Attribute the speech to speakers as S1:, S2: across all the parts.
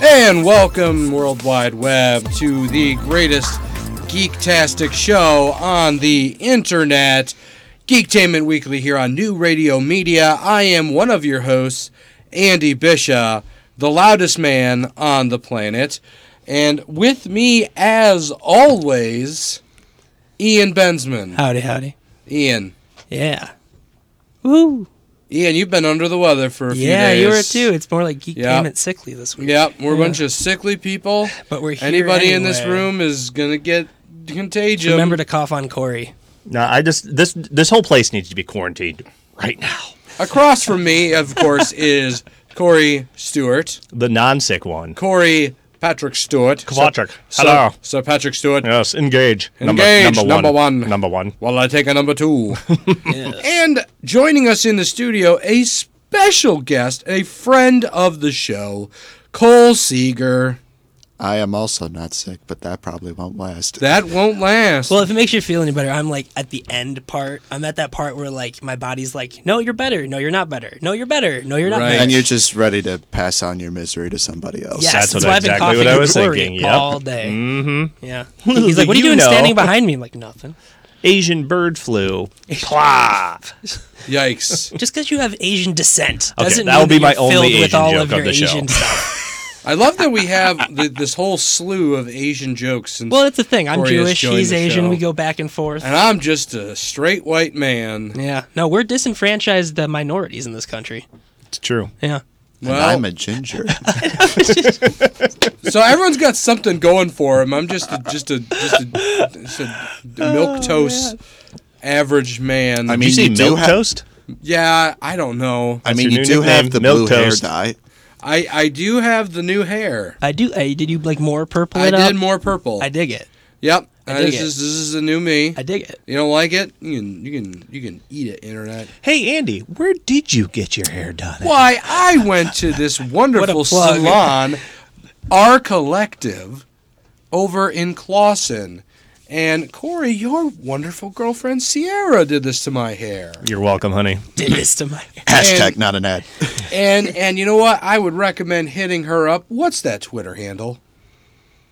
S1: And welcome, World Wide Web, to the greatest geektastic show on the internet, Geektainment Weekly, here on New Radio Media. I am one of your hosts, Andy Bisha, the loudest man on the planet. And with me, as always, Ian Bensman.
S2: Howdy, howdy.
S1: Ian.
S2: Yeah. Woo.
S1: Ian, you've been under the weather for a few
S2: Yeah,
S1: days.
S2: you were too. It's more like geek
S1: Yeah.
S2: payment sickly this week.
S1: Yep, we're a bunch of sickly people.
S2: But we're here
S1: Anybody in this
S2: anyway.
S1: room is gonna get contagion.
S2: Remember to cough on Corey.
S3: No, I just this this whole place needs to be quarantined right now.
S1: Across from me, of course, is Corey Stewart.
S3: The non-sick one.
S1: Corey Patrick Stewart.
S3: Kvatrick.
S1: Sir-
S3: Hello.
S1: Sir, Patrick Stewart.
S3: Yes, engage.
S1: Engage, number
S3: number one.
S1: one.
S3: Number one.
S1: Well, I take a number two. And joining us in the studio, a special guest, a friend of the show, Cole Seeger.
S4: I am also not sick, but that probably won't last.
S1: That won't last.
S2: Well, if it makes you feel any better, I'm like at the end part. I'm at that part where like my body's like, no, you're better. No, you're not better. No, you're better. No, you're not
S1: Right.
S2: better.
S4: and you're just ready to pass on your misery to somebody else.
S2: Yes,
S3: That's
S2: that's,
S3: what-
S2: why I've been
S3: exactly
S2: coughing
S3: what I
S2: on
S3: was
S2: Corey
S3: thinking, yep.
S2: all day. Mm-hmm. Yeah.
S3: Little
S2: He's like,
S3: do
S2: what are you
S3: you
S2: doing
S3: know."
S2: standing behind me? I'm like, nothing.
S3: Asian bird flu. Plah.
S1: Yikes.
S2: Just because you have Asian descent
S3: Okay,
S2: doesn't
S3: that
S2: mean
S3: will be
S2: that
S3: my
S2: you're filled
S3: only
S2: with
S3: Asian
S2: all
S3: joke
S2: of
S3: of
S2: your
S3: the show.
S2: Asian stuff.
S1: I love that we have th- this whole slew of Asian jokes since
S2: Well, that's the thing. I'm
S1: Corey has
S2: Jewish.
S1: joined
S2: He's
S1: the
S2: Asian.
S1: show.
S2: We go back and forth.
S1: and I'm just a straight white man.
S2: Yeah. No, we're disenfranchised uh, minorities in this country.
S3: It's true.
S2: Yeah.
S4: And
S1: Well-
S4: I'm a ginger.
S1: So everyone's got something going for him. I'm just a, just a just a, just a
S2: Oh,
S1: milk toast average man.
S4: I
S3: Did
S4: mean,
S3: you see
S4: you do
S3: milk
S4: have-
S3: toast?
S1: yeah, I don't know.
S4: I
S3: That's
S4: mean,
S3: your
S4: you
S3: new
S4: do have
S3: nickname,
S4: the
S3: milk
S4: blue
S3: toast.
S4: hair dye.
S1: I I do have the new hair.
S2: I do. I, did you like more purple
S1: I
S2: it up?
S1: did more purple.
S2: I dig it.
S1: Yep.
S2: I
S1: Uh,
S2: dig
S1: this
S2: it.
S1: is this is the new me.
S2: I dig it.
S1: You don't like it? You can you can you can eat it, internet.
S3: Hey Andy, where did you get your hair done?
S1: Why I went to this wonderful
S2: plug.
S1: salon, our collective, over in Clawson. And Corey, your wonderful girlfriend Sierra did this to my hair.
S3: You're welcome, honey.
S2: Did this to my.
S4: Hashtag
S1: And-
S4: not an ad.
S1: And and you know what? I would recommend hitting her up. What's that Twitter handle?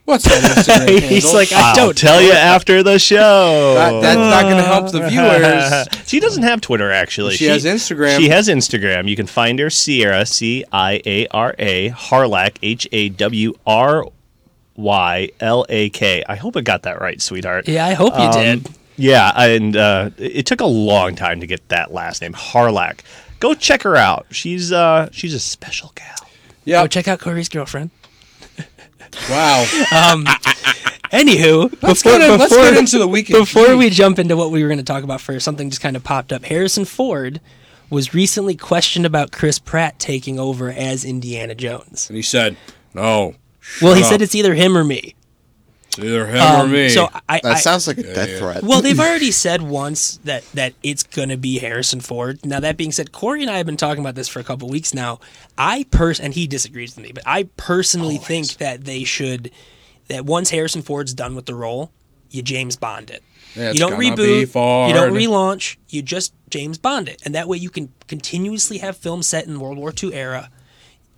S1: What's that Instagram handle?
S2: He's like, I
S3: I'll
S2: don't.
S3: tell you after the
S1: That-
S3: show.
S1: that's not going to help the viewers.
S3: she doesn't have Twitter actually.
S1: She has Instagram.
S3: She has Instagram. You can find her Sierra C I A R A Harlack H A W R Y L A K. I hope I got that right, sweetheart.
S2: yeah, I hope you
S3: Um,
S2: did.
S3: Yeah, and uh, it took a long time to get that last name, Harlack. Go check her out. She's uh, she's a special gal.
S2: Go
S1: Yep.
S2: check out Corey's girlfriend.
S1: Wow.
S2: Anywho,
S1: Let's
S2: before,
S1: get in- let's
S2: before,
S1: get into the weekend
S2: Before we jump into what we were going to talk about first, something just kind of popped up. Harrison Ford was recently questioned about Chris Pratt taking over as Indiana Jones.
S1: And he said, "No,
S2: Well, he
S4: Oh.
S1: Shut
S2: said
S1: up.
S2: it's either him or me.
S1: it's either him or
S2: Um,
S1: me."
S2: So I,
S4: That
S2: I,
S4: sounds like a death threat.
S2: Well, they've already said once that that it's going to be Harrison Ford. Now that being said, Corey and I have been talking about this for a couple weeks now. I pers and he disagrees with me, but I personally think that they should that once Harrison Ford's done with the role, you James Bond it.
S1: It's
S2: you don't
S1: gonna be
S2: reboot, you don't
S1: Ford.
S2: relaunch, you just James Bond it, and that way you can continuously have films set in World War II era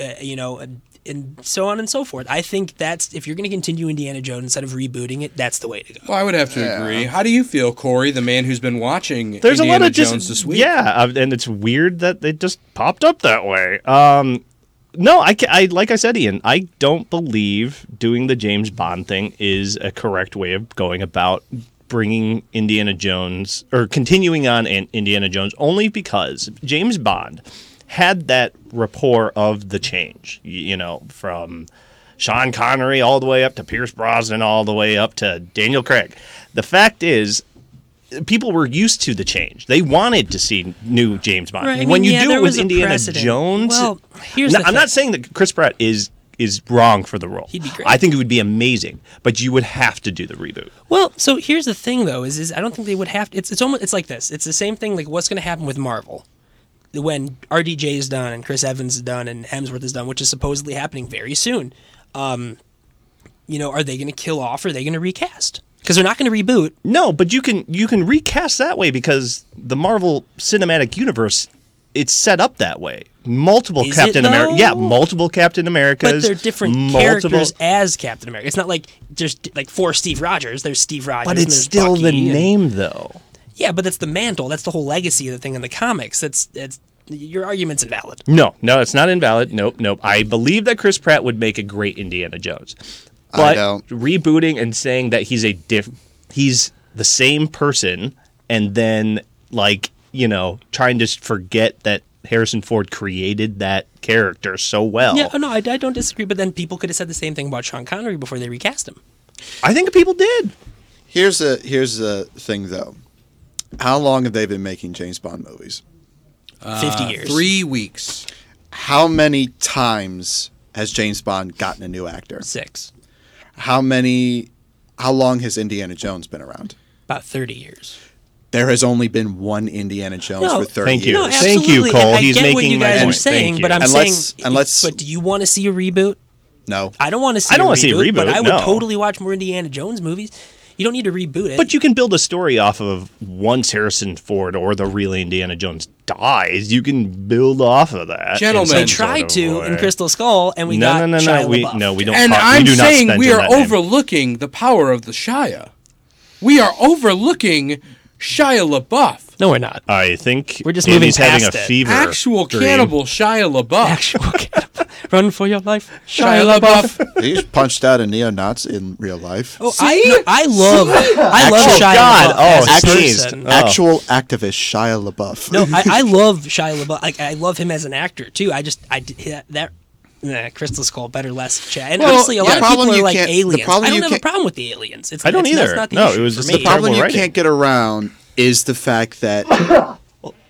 S2: uh, you know, and, and so on and so forth. I think that's if you're going to continue Indiana Jones instead of rebooting it, that's the way to go.
S1: Well, I would have to agree. How do you feel, Corey, the man who's been watching
S3: There's
S1: Indiana
S3: a lot of
S1: Jones
S3: just
S1: this week?
S3: yeah, uh, and it's weird that it just popped up that way. Um, no, I, ca- I like I said, Ian, I don't believe doing the James Bond thing is a correct way of going about bringing Indiana Jones or continuing on in Indiana Jones only because James Bond had that rapport of the change, y- you know, from Sean Connery all the way up to Pierce Brosnan all the way up to Daniel Craig. The fact is people were used to the change. They wanted to see new James Bond.
S2: Right, I mean,
S3: when you
S2: yeah,
S3: do
S2: there
S3: it
S2: was
S3: with
S2: a
S3: Indiana
S2: precedent.
S3: Jones,
S2: Well, here's
S3: No,
S2: the
S3: I'm not
S2: thing.
S3: saying that Chris Pratt is is wrong for the role.
S2: He'd be great.
S3: I think it would be amazing, but you would have to do the reboot.
S2: Well, so here's the thing though is, is I don't think they would have to, it's it's almost it's like this. It's the same thing like what's going to happen with Marvel. when RDJ is done and Chris Evans is done and Hemsworth is done, which is supposedly happening very soon, um, you know, are they going to kill off? Or are they going to recast? Because they're not going to reboot.
S3: No, but you can you can recast that way because the Marvel Cinematic Universe it's set up that way. Multiple
S2: Is it,
S3: Captain America, yeah,
S2: though?
S3: multiple Captain Americas,
S2: But they're different
S3: multiple-
S2: characters as Captain America. It's not like there's like four Steve Rogers. There's Steve Rogers.
S3: But
S2: and
S3: it's
S2: there's
S3: still the
S2: Bucky and-
S3: name, though.
S2: Yeah, but that's the mantle. That's the whole legacy of the thing in the comics. That's that's your argument's invalid.
S3: No, no, it's not invalid. Nope, nope. I believe that Chris Pratt would make a great Indiana Jones.
S4: I
S3: But
S4: don't.
S3: rebooting and saying that he's a diff he's the same person and then like, you know, trying to s- forget that Harrison Ford created that character so well.
S2: Yeah, oh, no, I, I don't disagree. But then people could have said the same thing about Sean Connery before they recast him.
S3: I think people did.
S4: Here's a here's a thing though. How long have they been making James Bond movies?
S3: Uh,
S2: Fifty years.
S1: Three weeks.
S4: How many times has James Bond gotten a new actor?
S2: Six.
S4: How many? How long has Indiana Jones been around?
S2: About thirty years.
S4: There has only been one Indiana Jones
S2: No,
S4: for thirty
S3: Thank you.
S4: years.
S2: No,
S3: Thank you,
S2: absolutely,
S3: Cole.
S2: and I
S3: He's
S2: get what
S3: making
S2: you
S3: my
S2: guys are
S3: point.
S2: saying,
S3: Thank
S2: but
S3: you.
S2: I'm
S4: Unless-
S2: saying,
S4: unless-
S2: but do you want to see a reboot?
S4: No.
S2: I don't want to see.
S3: I don't
S2: a
S3: wanna see a
S2: reboot, but
S3: reboot,
S2: I would
S3: no.
S2: totally watch more Indiana Jones movies. You don't need to reboot it.
S3: But you can build a story off of once Harrison Ford or the real Indiana Jones dies, you can build off of that. in
S1: Gentlemen.
S2: they
S3: some
S2: tried
S3: sort of
S2: to in
S3: way.
S2: Crystal Skull, and we got
S3: no, no, no,
S2: Shia
S3: no. We,
S2: LaBeouf.
S3: no, we don't.
S1: And
S3: talk- we
S1: I'm
S3: do not
S1: saying
S3: censor
S1: we are
S3: that name.
S1: overlooking the power of the Shia. We are overlooking Shia LaBeouf.
S2: No, we're not.
S3: I think
S2: We're just
S3: Andy's
S2: moving
S3: having
S2: past
S3: a
S2: it.
S3: fever.
S1: Actual
S3: dream.
S1: cannibal Shia LaBeouf.
S2: Actual cannibal. Run for your life,
S1: Shia LaBeouf.
S4: He just punched out a neo Nazi in real life.
S2: Oh, I, no, I love, I love
S3: Actual
S2: Shia
S3: God.
S2: LaBeouf.
S3: Oh,
S2: as a
S3: I sneezed.
S2: person.
S3: Oh.
S4: Actual activist Shia LaBeouf.
S2: No, I, I love Shia LaBeouf. Like, I love him as an actor too. I just, I did- that. that Nah, Crystal Skull, better less chat. And
S4: Well,
S2: honestly, a lot
S4: the
S2: of people
S4: problem
S2: are
S4: you
S2: like
S4: can't- the
S2: aliens.
S4: problem
S2: I don't
S4: you
S2: have a
S4: can't-
S2: problem with the aliens. It's,
S3: I don't
S2: it's- that's
S3: either.
S2: not the
S3: No,
S2: issue
S3: it was
S2: for
S3: just
S2: me.
S3: the
S4: problem you
S3: writing.
S4: can't get around is the fact that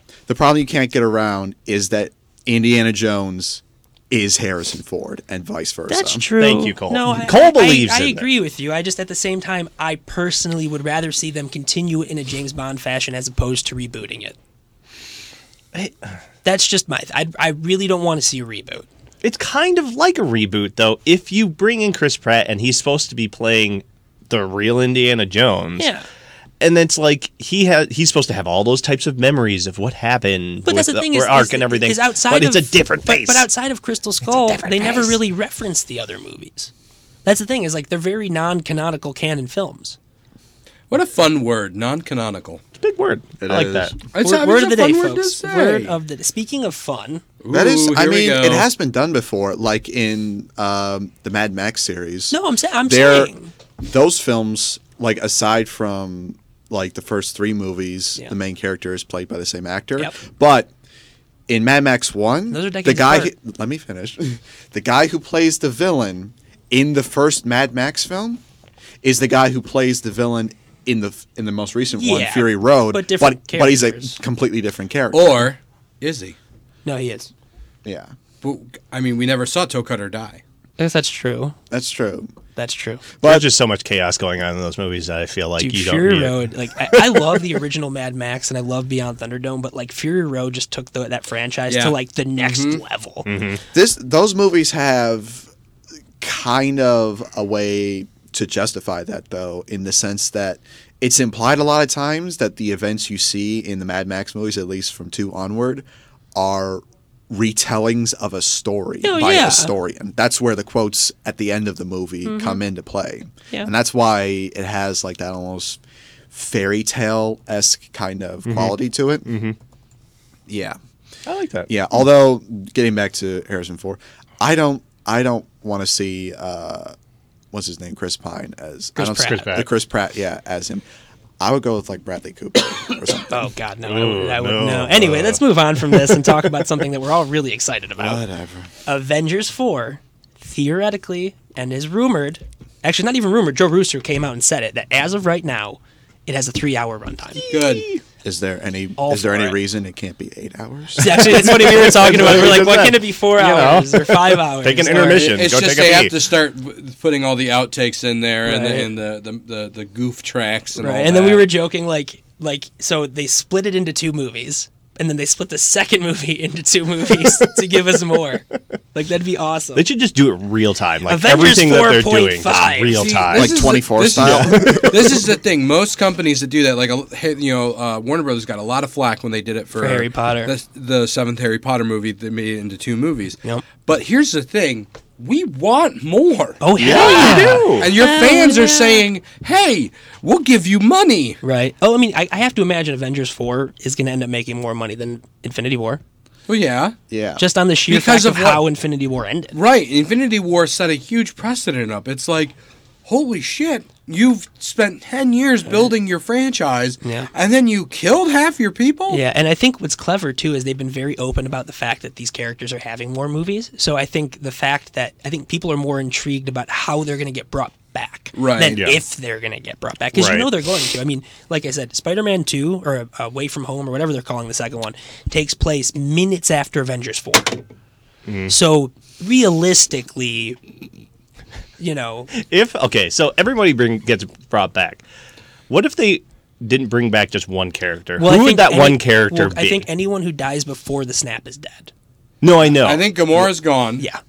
S4: the problem you can't get around is that Indiana Jones is Harrison Ford and vice versa.
S2: That's true.
S3: Thank you, Cole.
S2: No, I,
S3: Cole
S2: I-
S3: believes
S2: I, I
S3: in it.
S2: agree with you. I just at the same time, I personally would rather see them continue in a James Bond fashion as opposed to rebooting it. That's just my. I I really don't want to see a reboot.
S3: It's kind of like a reboot, though. If you bring in Chris Pratt and he's supposed to be playing the real Indiana Jones,
S2: Yeah.
S3: and it's like he has he's supposed to have all those types of memories of what happened,
S2: But
S3: with
S2: that's the thing
S3: or
S2: is,
S3: arc
S2: is,
S3: and everything.
S2: is outside
S3: but it's
S2: of-
S3: a different
S2: but-
S3: face.
S2: But, outside of Crystal Skull,
S3: different
S2: they never
S3: face.
S2: really reference the other movies. That's the thing is like they're very non-canonical canon films.
S1: What a fun word, non-canonical.
S3: it's a big word.
S4: It
S3: I like
S4: is.
S3: that.
S1: It's a- it's a
S2: word word of the
S1: fun
S2: day,
S1: word to
S2: folks.
S1: say.
S2: Word of the. Speaking of fun,
S4: That is,
S1: Ooh,
S4: I
S1: here we
S4: mean,
S1: go.
S4: it has been done before, like in um, the Mad Max series.
S2: no, I'm saying I'm
S4: They're,
S2: saying
S4: those films, like aside from like the first three movies,
S2: Yeah.
S4: the main character is played by the same actor.
S2: Yep.
S4: But in Mad Max One,
S2: Those are
S4: the
S2: decades
S4: guy.
S2: apart.
S4: who- let me finish. The guy who plays the villain in the first Mad Max film is the guy who plays the villain in the in the most recent one,
S2: Yeah,
S4: Fury Road.
S2: but different
S4: but, but he's a
S2: characters.
S4: completely different character.
S1: Or is he?
S2: no, he is.
S4: yeah,
S1: But, I mean, we never saw Toe Cutter die.
S2: I guess that's true.
S4: that's true.
S2: That's true.
S3: There's just so much chaos going on in those movies that I feel like
S2: Dude,
S3: you
S2: Fury
S3: don't. Need it.
S2: Road, like I, I love the original Mad Max and I love Beyond Thunderdome, but like Fury Road just took the, that franchise
S1: Yeah.
S2: to like the next
S3: Mm-hmm.
S2: level.
S4: this those movies have kind of a way to justify that though in the sense that it's implied a lot of times that the events you see in the Mad Max movies at least from 2 onward are retellings of a story
S2: Oh,
S4: by
S2: yeah. Mm-hmm.
S4: a historian that's where the quotes at the end of the movie come into play
S2: Yeah.
S4: and that's why it has like that almost fairy tale-esque kind of quality to it mm-hmm. yeah
S3: I like that.
S4: yeah, although getting back to Harrison Ford, I don't I don't want to see uh, what's his name Chris Pine as
S2: Chris
S4: I don't
S2: Pratt. Chris
S3: Pratt.
S4: the Chris Pratt yeah as him. I would go with like Bradley Cooper or something.
S2: Oh God, no! I would, I would
S3: no.
S2: no. Anyway, let's move on from this and talk about something that we're all really excited about.
S4: Whatever.
S2: Avengers Four, theoretically, and is rumored. Actually, not even rumored. Joe Rooster came out and said it that as of right now, it has a three-hour runtime.
S1: Good.
S4: Is there any
S2: All
S4: is there
S2: for
S4: any
S2: it.
S4: reason it can't be eight hours?
S2: Actually, that's what we were talking about. We're like,
S3: Just
S2: what
S3: that.
S2: can it be? Four
S3: know.
S2: hours or five hours?
S3: Take an
S2: or-
S3: intermission.
S1: It's
S3: Go
S1: just
S3: take a
S1: they have
S3: pee.
S1: to start w- putting all the outtakes in there
S2: Right.
S1: and, the, and the, the, the the goof tracks and all
S2: Right, and then we
S1: that.
S2: were joking like like so they split it into two movies. and then they split the second movie into two movies to give us more. Like that'd be awesome.
S3: They should just do it real time. Like
S2: Avengers
S3: everything that they're
S2: 4.5.
S3: doing, just real
S1: See,
S3: time.
S1: this
S4: Like
S1: is the-
S4: 24
S1: this is-
S4: style?
S1: this is the thing. Most companies that do that, like a- hey, you know, uh, Warner Brothers got a lot of flack when they did it for,
S2: For Harry Potter.
S1: the, the seventh Harry Potter movie. They made it into two movies.
S2: Yep.
S1: But here's the thing: we want more.
S2: oh hell
S3: yeah,
S2: yeah.
S3: you do.
S1: And your fans are saying, "Hey, we'll give you money."
S2: Right. Oh, I mean, I, I have to imagine Avengers Four is going to end up making more money than Infinity War,
S1: Well, yeah,
S4: Yeah.
S2: just on the sheer
S1: Because
S2: fact of,
S1: of what-
S2: how Infinity War ended.
S1: right. Infinity War set a huge precedent up. It's like, holy shit, you've spent ten years building your franchise,
S2: Yeah.
S1: and then you killed half your people.
S2: Yeah, and I think what's clever too is they've been very open about the fact that these characters are having more movies. So I think the fact that I think people are more intrigued about how they're going to get brought back
S1: Right.
S2: than
S3: Yeah.
S2: if they're going to get brought back because
S3: Right.
S2: you know they're going to. I mean, like I said, Spider-Man Two or uh, Away from Home or whatever they're calling the second one takes place minutes after Avengers Four.
S3: Mm.
S2: So realistically, you know,
S3: If okay, so everybody bring, gets brought back. What if they didn't bring back just one character?
S2: well, I
S3: Who would
S2: think
S3: that
S2: any-
S3: one character
S2: well,
S3: be?
S2: I think anyone who dies before the snap is dead.
S3: no, I know.
S1: I think Gamora's gone.
S2: Yeah.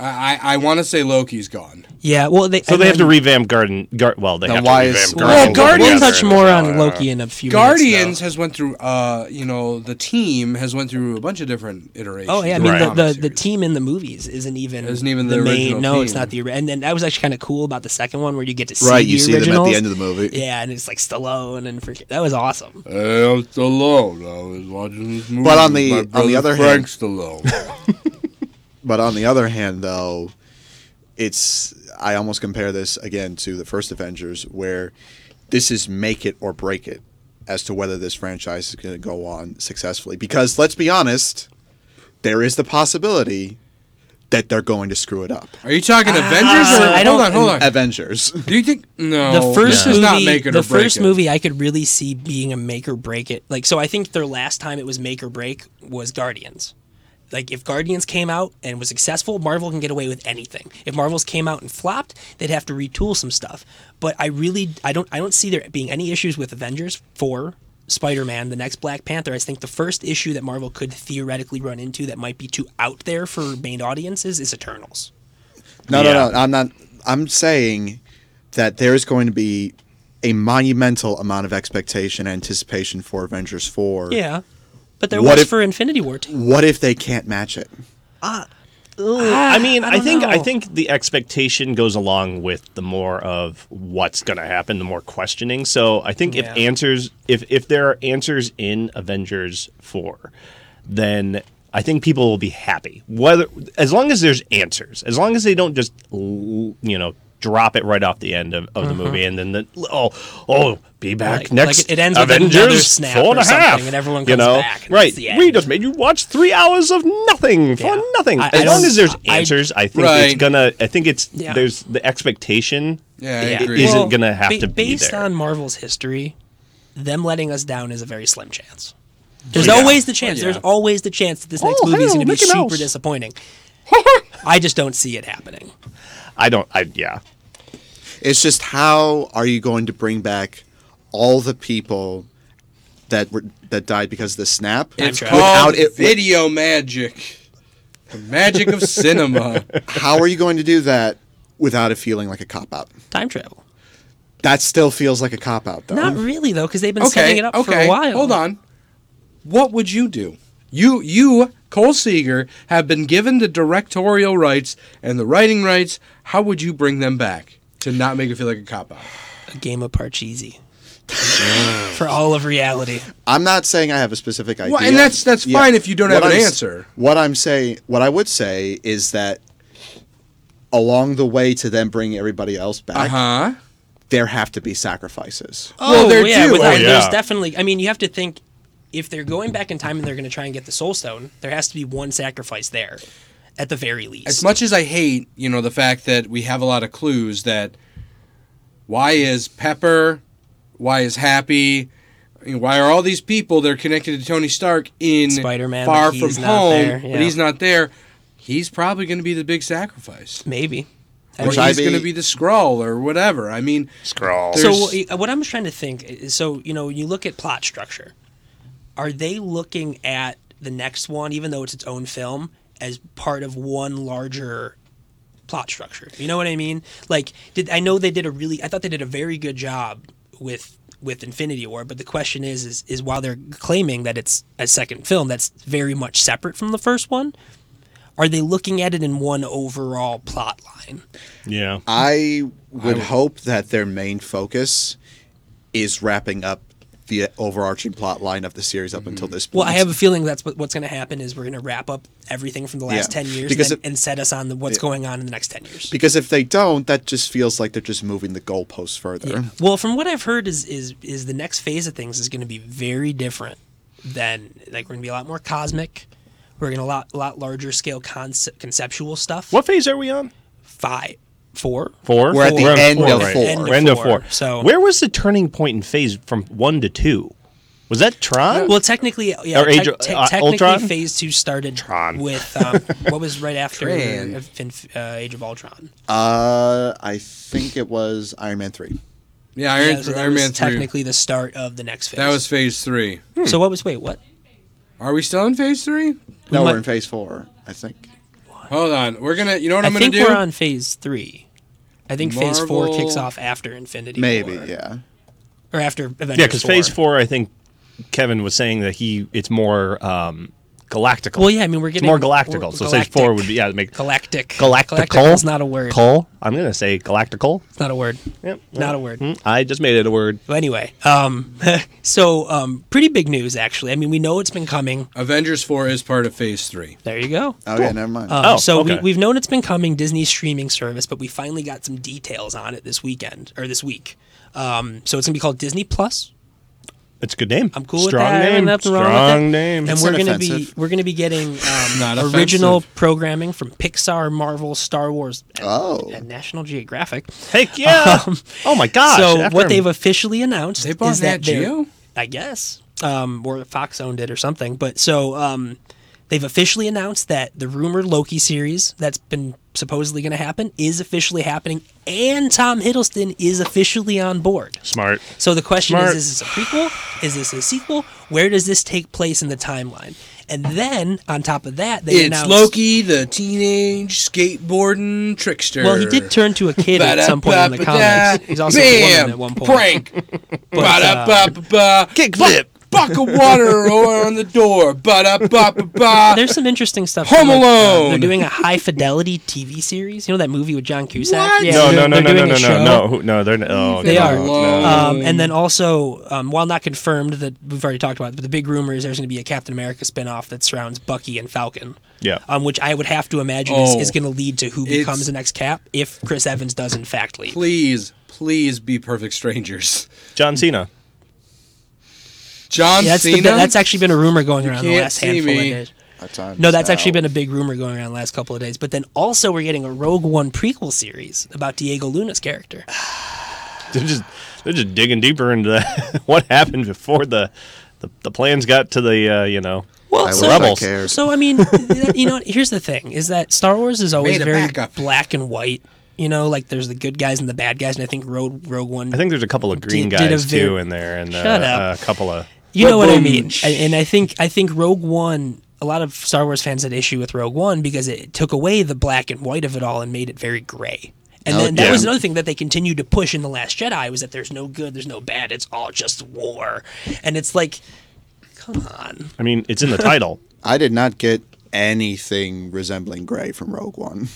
S1: I, I want to say Loki's gone.
S2: Yeah, well, they
S3: so. They have to revamp Garden. Gar, well, they
S4: Now
S3: have
S4: why
S3: to
S4: is-
S3: revamp
S4: Well,
S2: Well,
S3: Guardians.
S2: Guardians
S3: altogether.
S2: touch more on Loki in a few
S1: Guardians
S2: minutes,
S1: has went through, uh, you know, the team has went through a bunch of different iterations.
S2: though. Oh yeah, I
S1: of
S2: mean
S3: Right.
S2: the,
S1: comic
S2: the, the
S1: series.
S2: team in the movies isn't even
S1: Isn't even the original
S2: main. No, it's
S1: team.
S2: not the ori- and then that was actually kind of cool about the second one where you get to see the
S4: right. You see them at
S2: originals.
S4: the end of the movie.
S2: yeah, and it's like Stallone and freaking that was awesome.
S1: Hey, I'm Stallone. I was watching this movie.
S4: But on
S1: with
S4: the-
S1: my
S4: on the
S1: brother
S4: other
S1: Frank
S4: hand-
S1: Stallone.
S4: But on the other hand, though, it's I almost compare this again to the first Avengers, where this is make it or break it as to whether this franchise is going to go on successfully. Because let's be honest, there is the possibility that they're going to screw it up.
S1: Are you talking Avengers or
S2: Uh, I
S1: hold
S2: don't-
S1: on, hold on?
S4: Avengers.
S1: Do you think no?
S4: Oh,
S2: The first
S1: this
S2: movie,
S1: is not make it
S2: the
S1: or break
S2: first
S1: it.
S2: movie, I could really see being a make or break it. Like, so I think their last time it was make or break was Guardians. Like, if Guardians came out and was successful, Marvel can get away with anything. If Marvels came out and flopped, they'd have to retool some stuff. But I really, I don't, I don't see there being any issues with Avengers four. Spider Man, the next Black Panther. I think the first issue that Marvel could theoretically run into that might be too out there for main audiences is Eternals.
S4: No,
S3: Yeah.
S4: no, no. I'm not. I'm saying that there is going to be a monumental amount of expectation and anticipation for Avengers Four.
S2: Yeah. But there
S4: What
S2: was
S4: if-
S2: for Infinity War too.
S4: What if they can't match it?
S3: I mean,
S2: I
S3: I,
S2: don't
S3: think I
S2: know.
S3: think the expectation goes along with the more of what's going to happen, the more questioning. So I think
S2: Yeah.
S3: if answers, if if there are answers in Avengers four, then I think people will be happy. Whether as long as there's answers, as long as they don't just l- you know drop it right off the end of, of the movie, and then the, oh oh be back
S2: Mm-hmm. Like-
S3: next
S2: like it ends with
S3: Avengers
S2: another snap
S3: four and
S2: or
S3: a half,
S2: something, and everyone
S3: you
S2: comes
S3: know
S2: back, and
S3: right?
S2: it's the
S3: We
S2: end.
S3: just made you watch three hours of nothing for
S2: Yeah.
S3: nothing.
S2: I- I
S3: as long
S2: don't-
S3: as there's
S2: I-
S3: answers, I think it's
S1: Right.
S3: gonna. I think it's
S2: Yeah.
S3: there's the expectation.
S1: Yeah, I
S2: Yeah.
S1: agree.
S3: Isn't Well, gonna have to be
S2: based
S3: there.
S2: on Marvel's history. Them letting us down is a very slim chance. There's
S3: Yeah.
S2: always the chance.
S1: yeah.
S2: There's always the chance that this next
S3: Oh,
S2: movie is
S3: hey,
S2: going to be
S3: Mickey
S2: super
S3: Mouse.
S2: disappointing. I just don't see it happening.
S3: I don't. I yeah.
S4: It's just how are you going to bring back all the people that were that died because of the snap?
S2: Time
S1: It's
S2: travel.
S1: called
S4: Without it-
S1: video magic. The magic of cinema.
S4: How are you going to do that without it feeling like a cop out?
S2: Time travel.
S4: That still feels like a cop out, though.
S2: Not really though, because they've been setting
S1: okay,
S2: it up
S1: okay.
S2: for a while.
S1: Hold on. What would you do? You, you, Cole Seeger, have been given the directorial rights and the writing rights. How would you bring them back to not make it feel like a cop out?
S2: A game of Parcheesi. for all of reality.
S4: I'm not saying I have a specific idea.
S1: Well, and that's that's
S4: Yeah.
S1: fine if you don't
S4: What
S1: have an
S4: I'm s-
S1: answer.
S4: What I'm saying, what I would say is that along the way to then bring everybody else
S1: Uh
S4: back,
S1: huh.
S4: there have to be sacrifices.
S1: Well, there
S2: yeah,
S1: do.
S2: without-
S1: Oh, yeah.
S2: There's definitely. I mean, you have to think if they're going back in time and they're going to try and get the Soul Stone, there has to be one sacrifice there, at the very least.
S1: As much as I hate, you know, the fact that we have a lot of clues that why is Pepper, why is Happy, you know, why are all these people that are connected to Tony Stark in
S2: Spider-Man,
S1: Far
S2: but
S1: From
S2: he's not
S1: Home,
S2: there, yeah.
S1: but he's not there. He's probably going to be the big sacrifice.
S2: Maybe. I
S1: Or
S4: Which
S2: mean,
S1: he's
S4: I'd be-
S1: going to be the scroll or whatever. I mean,
S3: Scroll.
S1: There's-
S2: so uh, what I'm trying to think is so you know you look at plot structure. are they looking at the next one, even though it's its own film, as part of one larger plot structure? You know what I mean? Like, did I know they did a really? I thought they did a very good job with with Infinity War, but the question is, is, is while they're claiming that it's a second film that's very much separate from the first one, are they looking at it in one overall plot line?
S3: Yeah.
S4: I would hope that their main focus is wrapping up the overarching plot line of the series up until this point.
S2: Well, I have a feeling that's what, what's going to happen is we're going to wrap up everything from the last
S4: Yeah,
S2: ten years
S4: because
S2: and,
S4: it-
S2: and set us on the, what's going on in the next ten years.
S4: because if they don't, that just feels like they're just moving the goalposts further.
S2: Well, from what I've heard, is is is the next phase of things is going to be very different than like we're going to be a lot more cosmic. We're going to a lot lot larger scale concept, conceptual stuff.
S3: What phase are we on?
S2: five, four?
S3: Four.
S4: We're at the
S3: We're on
S4: end of
S3: right?
S4: four.
S2: End of
S3: We're end of
S2: four,
S3: four.
S2: so-
S3: where was the turning point in phase from one to two? Was that Tron?
S2: Well, technically, yeah.
S3: Or Age of-
S2: te-
S3: uh,
S2: technically,
S3: Ultron?
S2: Phase two started
S3: Tron.
S2: with um, what was right after
S1: Tran.
S2: uh, Fin- uh, Age of Ultron.
S4: Uh, I think it was Iron Man three.
S1: Yeah, Iron,
S2: Yeah, so that
S1: Iron
S2: was
S1: Man three.
S2: technically the start of the next phase.
S1: That was phase three.
S2: so. What was wait? What?
S1: Are we still in phase three?
S4: No,
S2: might-
S4: we're in Phase four. I think.
S1: Hold on. We're gonna. You know what
S2: I
S1: I'm gonna
S2: think
S1: do?
S2: we're on phase three. I think phase four
S1: Marvel-
S2: kicks off after Infinity.
S4: Maybe.
S2: War.
S4: Yeah.
S2: Or after Avengers.
S3: yeah, because phase four, I think Kevin was saying that he it's more um, galactical.
S2: Well, yeah, I mean we're
S3: it's
S2: getting
S3: more galactical. so phase four would be yeah, make
S2: galactic.
S3: galactical.
S2: Galactical's not a word.
S3: Col? I'm gonna say galactical.
S2: It's not a word.
S3: Yep.
S2: Not a word.
S3: Hmm, I just made it a word.
S2: But anyway, um, so um, pretty big news actually. I mean, we know it's been coming.
S1: Avengers four is part of phase three.
S2: There you go.
S4: Oh yeah. Never mind.
S2: Um,
S3: Oh,
S2: so we,
S3: okay.
S2: we've known it's been coming, Disney streaming service, but we finally got some details on it this weekend or this week. Um, so it's gonna be called Disney Plus.
S3: It's a good name.
S2: I'm cool
S3: Strong
S2: with that. I
S3: Name.
S2: ain't nothing
S3: Strong
S2: wrong with it.
S3: name.
S2: And
S4: It's
S2: we're gonna be
S4: inoffensive.
S2: we're gonna be getting um,
S1: Not
S2: original
S1: offensive.
S2: programming from Pixar, Marvel, Star Wars, and,
S4: Oh.
S2: and National Geographic.
S3: Heck yeah! oh my gosh!
S2: Um, so
S3: after
S2: what
S3: him-
S2: they've officially announced
S1: They bought
S2: is that
S1: Nat
S2: they're-
S1: Geo?
S2: I guess, um, or Fox owned it or something. But so um, they've officially announced that the rumored Loki series that's been supposedly going to happen is officially happening, and Tom Hiddleston is officially on board.
S3: smart.
S2: So the question
S3: Smart.
S2: is: Is this a prequel? Is this a sequel? Where does this take place in the timeline? And then on top of that, they
S1: It's
S2: announced
S1: Loki, the teenage skateboarding trickster.
S2: Well, he did turn to a kid at some point in the
S1: Ba-da-ba-ba-da.
S2: comics. He's also a
S1: Bam!
S2: woman at one point.
S1: Prank.
S2: But, uh,
S1: Ba-da-ba-ba-ba.
S3: Kickflip.
S1: Bu- Bucket water or on the door. Ba-da-ba-ba-ba.
S2: There's some interesting stuff.
S1: Home
S2: too, like, uh,
S1: Alone.
S2: they're doing a high fidelity TV series. You know that movie with John Cusack?
S1: What?
S2: Yeah,
S3: No,
S2: they're-
S3: no, no,
S2: they're
S3: no, no,
S2: doing a
S3: no,
S2: show.
S3: no, no, no. They're no.
S2: They
S3: no,
S2: are.
S3: No.
S2: Um, and then also, um, while not confirmed, that we've already talked about, it, but the big rumor is there's going to be a Captain America spinoff that surrounds Bucky and Falcon.
S3: Yeah.
S2: Um, which I would have to imagine
S1: Oh.
S2: is, is going to lead to who
S1: It's-
S2: becomes the next Cap if Chris Evans does in fact leave.
S1: Please, please be perfect strangers.
S3: John Cena.
S1: John
S2: Yeah, that's, the,
S1: Cena.
S2: that's actually been a rumor going around the
S1: can't
S2: last
S1: see
S2: handful
S1: me.
S2: of days.
S4: Our time
S2: No,
S4: is
S2: that's actually
S4: now.
S2: been a big rumor going around the last couple of days. But then also, we're getting a Rogue One prequel series about Diego Luna's character.
S3: They're just they're just digging deeper into the, what happened before the, the the plans got to the uh, you know
S2: Well,
S4: I
S2: so,
S4: wish I
S3: Rebels.
S4: cared.
S2: so I mean, that- you know, what? here's the thing: is that Star Wars is always
S1: Made a
S2: very
S1: backup.
S2: black and white. You know, like there's the good guys and the bad guys, and I think Rogue Rogue One.
S3: I think there's a couple of green
S2: Did- did a
S3: guys
S2: ver-
S3: too in there and uh,
S2: Shut up.
S3: a couple of
S2: you know what I
S1: Boom.
S2: mean. And, and I think I think Rogue One. A lot of Star Wars fans had issue with Rogue One because it took away the black and white of it all and made it very gray. And then that
S3: yeah.
S2: was another thing that they continued to push in the Last Jedi was that there's no good, there's no bad, it's all just war. And it's like, come on.
S3: I mean it's in the title.
S4: I did not get anything resembling Gray from Rogue One.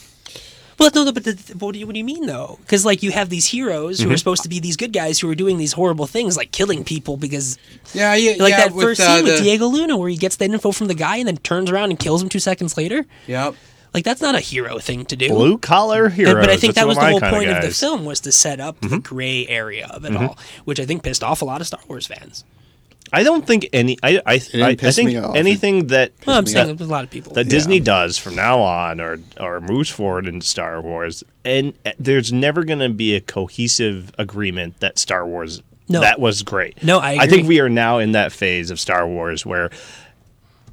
S2: Well, no, no, but, the, but what, do you, what do you mean though? Because like you have these heroes who are supposed to be these good guys who are doing these horrible things, like killing people because
S1: yeah, yeah,
S2: like
S1: yeah,
S2: that
S1: with,
S2: first
S1: uh,
S2: scene with
S1: the-
S2: Diego Luna where he gets that info from the guy and then turns around and kills him two seconds later.
S1: Yep.
S2: Like that's not a hero thing to do.
S3: Blue collar heroes.
S2: But, but I think
S3: That's
S2: that was
S3: one
S2: the whole
S3: my kinda
S2: point of the
S3: guys. Mm-hmm.
S2: film was to set up the gray area of it all, which I think pissed off a lot of Star Wars fans.
S3: I don't think any. I I, I, I
S4: piss
S3: think
S4: me off.
S3: anything that
S2: Well, I'm
S3: that-
S2: saying a lot of people.
S3: that Disney does from now on, or or moves forward in Star Wars, and uh, there's never going to be a cohesive agreement that Star Wars
S2: No.
S3: that was great.
S2: No, I
S3: I think
S2: agree.
S3: we are now in that phase of Star Wars where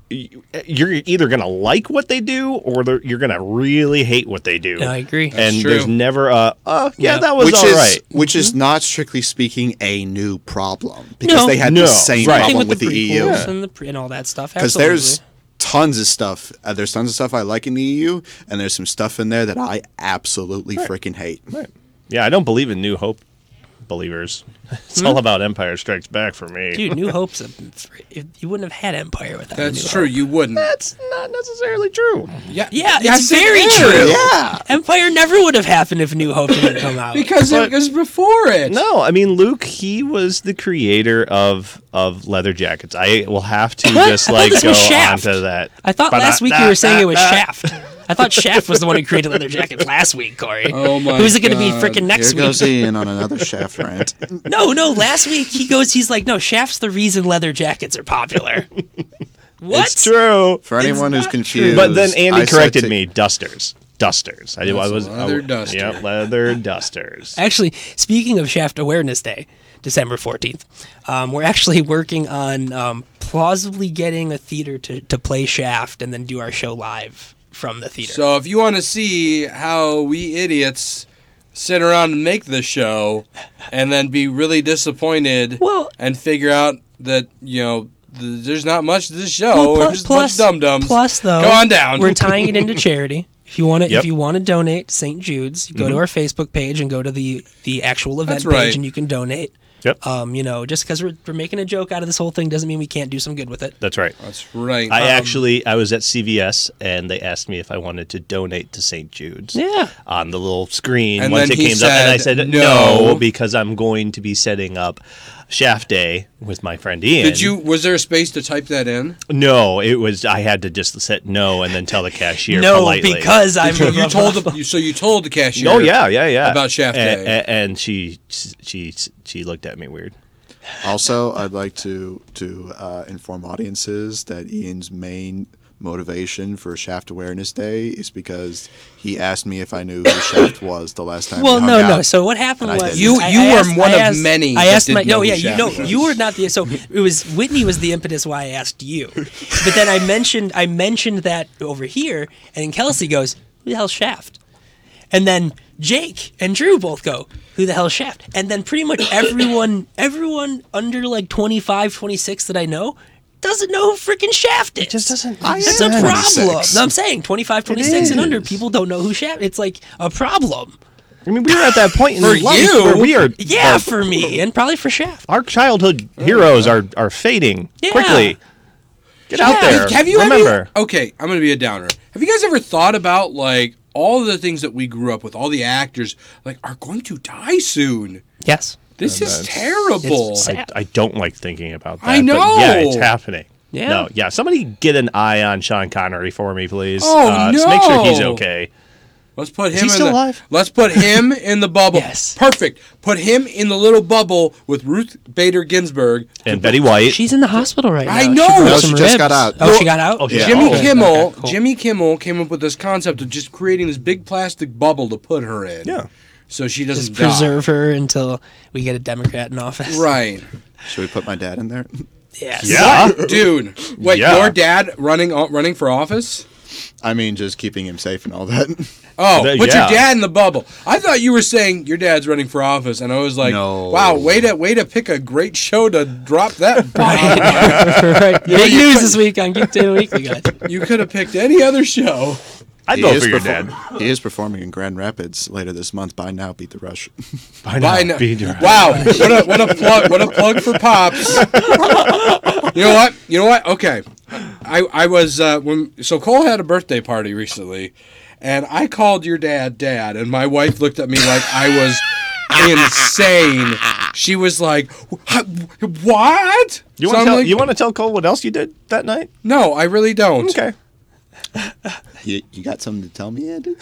S3: y- eh, you're either gonna like what they do or they're- you're gonna really hate what they do.
S2: No, I agree.
S3: and
S1: true.
S3: there's never a oh yeah,
S2: Yeah.
S3: that was
S4: which
S3: all
S4: is
S3: right.
S4: which is not strictly speaking a new problem because
S2: No.
S4: they had
S3: No,
S4: the same
S3: right.
S2: Thing
S4: problem with, the
S3: E
S4: E EU.
S2: prequels and, the pre- and all that stuff.
S4: because
S2: Absolutely.
S4: there's tons of stuff. Uh, there's tons of stuff I like in the EU, and there's some stuff in there that I absolutely freaking hate.
S3: Yeah, I don't believe in New Hope believers. It's all about Empire Strikes Back for me.
S2: Hmm? dude, New Hope's a, if- you wouldn't have had Empire without New
S1: That's true.
S2: Hope.
S1: You wouldn't.
S3: That's not necessarily true.
S1: Yeah,
S2: Yeah, it's
S1: yes, it
S2: very
S1: is.
S2: true.
S4: Yeah,
S2: Empire never would have happened if New Hope didn't come out.
S1: because
S3: But-
S1: it was before it.
S3: No, I mean Luke. He was the creator of of leather jackets. I will have to just
S2: I thought
S3: like
S2: this
S3: go
S2: was Shaft.
S3: onto that.
S2: I thought
S3: Ba-da-
S2: last week
S3: da-
S2: you were saying
S3: da-
S2: it was
S3: da.
S2: Shaft. I thought Shaft was the one who created leather jackets last week, Corey.
S1: Oh my
S2: Who's it going to be
S1: God.
S2: freaking next
S4: here goes
S2: week?
S4: Ian on another chef rant.
S2: No, no. Last week he goes. He's like, no. Shaft's the reason leather jackets are popular. what?
S3: It's true.
S4: For anyone who's confused,
S3: But then
S4: I
S3: Andy
S4: said
S3: corrected
S4: to-
S3: me. Dusters. Dusters. I, I
S1: That's
S3: was
S1: leather
S3: I-
S1: duster.
S3: Yeah, leather dusters.
S2: Actually, speaking of Shaft Awareness Day, December 14th, um, we're actually working on um, plausibly getting a theater to, to play Shaft and then do our show live from the theater.
S1: So if you want to see how we idiots sit around and make the show, and then be really disappointed,
S2: Well-
S1: and figure out that you know th- there's not much to this show,
S2: Well, pl-
S1: there's just a bunch of dum dums.
S2: plus, though,
S1: go on down.
S2: We're tying it into charity. If you want to,
S3: Yep.
S2: if you want to donate St. Jude's, you go to our Facebook page and go to the the actual event
S1: Mm-hmm. That's right.
S2: page, and you can donate.
S3: Yep.
S2: Um, you know, just because we're, we're making a joke out of this whole thing doesn't mean we can't do some good with it.
S3: That's right.
S1: That's right.
S3: I actually I was at CVS and they asked me if I wanted to donate to St. Jude's.
S2: Yeah.
S3: On the little screen
S1: And
S3: once
S1: then
S3: it
S1: he
S3: came up and I
S1: said,
S3: said
S1: "No."
S3: no. because I'm going to be setting up Shaft Day with my friend Ian.
S1: Did you? Was there a space to type that in?
S3: No, it was I had to just set no and then tell the cashier
S2: no,
S3: politely.
S2: because I'm.
S1: You told the you, so you told the cashier.
S3: Oh yeah, yeah, yeah.
S1: About Shaft
S3: A-
S1: Day.
S3: a- and she she she looked at me weird.
S4: Also, I'd like to to uh, inform audiences that Ian's main motivation for Shaft Awareness Day is because he asked me if I knew who Shaft was the last time. we
S2: Well,
S4: hung
S2: no,
S4: out.
S2: no. So what happened
S4: And I
S2: was
S4: did.
S1: You-
S2: I-
S1: you
S2: I
S1: were
S2: asked-
S1: one
S2: I
S1: of
S2: asked-
S1: many
S2: I
S1: that
S2: asked my
S1: didn't know
S2: no,
S1: who
S2: yeah, you
S1: Jack
S2: know,
S1: was.
S2: you were not the so it was Whitney was the impetus why I asked you, but then I mentioned I mentioned that over here, and Kelsey goes, "Who the hell's Shaft?" And then Jake and Drew both go, "Who the hell's Shaft?" And then pretty much everyone, everyone under like 25, 26 that I know doesn't know who freaking Shaft is.
S3: Just doesn't
S4: I
S2: It's a
S4: am
S2: problem.
S4: 26.
S2: No, I'm saying 25, 26 and under
S3: is.
S2: people don't know who Shaft. It's like a problem.
S3: I mean we were at that point in
S1: For
S3: life
S1: you?
S3: where we are
S2: Yeah,
S3: both
S2: for me, and probably for Shaft.
S3: our childhood
S1: Oh,
S3: heroes are are fading
S2: Yeah.
S3: quickly. Get out
S2: Yeah.
S3: there.
S1: Have you
S3: remember?
S1: Ever, okay, I'm gonna be a downer. Have you guys ever thought about like all the things that we grew up with, all the actors like are going to die soon?
S2: Yes.
S1: This is terrible.
S2: It's
S3: I, I don't like thinking about that.
S1: I
S3: But yeah, it's
S1: know.
S3: happening.
S2: Yeah.
S3: No, yeah. Somebody get an eye on Sean Connery for me, please.
S1: Oh,
S3: uh, Just make sure he's
S1: no.
S3: okay.
S1: Let's put him
S3: he
S1: in
S3: still
S1: the,
S3: alive?
S1: Let's put him in the bubble.
S2: Yes.
S1: Perfect. Put him in the little bubble with Ruth Bader Ginsburg.
S3: And Betty White.
S2: She's in the hospital right now.
S1: I know!
S2: broke
S1: No,
S2: some
S4: she just got out.
S2: Oh, she got out?
S3: Oh, she got
S1: Jimmy
S3: Oh.
S1: Kimmel,
S2: Okay, cool.
S1: Jimmy Kimmel came up with this concept of just creating this big plastic bubble to put her in.
S3: Yeah.
S1: So she doesn't
S2: Just preserve her until we get a Democrat in office.
S1: die. Right.
S4: Should we put my dad in there?
S2: Yes.
S3: yeah.
S1: Dude, wait,
S3: Yeah.
S1: your dad running running for office?
S4: I mean, just keeping him safe and all that.
S1: Oh,
S3: Th-
S1: put
S3: yeah.
S1: your dad in the bubble. I thought you were saying your dad's running for office, and I was like,
S4: No.
S1: "Wow, way to way to pick a great show to drop that bomb."
S2: right. Big
S1: you
S2: news
S1: put-
S2: this week on Geek Day Weekly, guys.
S1: you could have picked any other show.
S3: I'd
S4: He
S3: vote
S4: is
S3: for your
S4: perform-
S3: dad.
S4: He is performing in Grand Rapids later this month. By now, beat the rush.
S3: By
S1: Why
S3: now,
S1: not?
S3: be your-
S1: Wow, what a what a plug! What a plug for pops. you know what? You know what? Okay, I I was uh, when so Cole had a birthday party recently, and I called your dad dad, and my wife looked at me like I was insane. She was like, "Wha- "What?"
S3: You
S1: So
S3: want to
S1: I'm
S3: tell?
S1: like,
S3: you want to tell Cole what else you did that night?
S1: No, I really don't.
S3: Okay.
S4: you, you got something to tell me, Andy?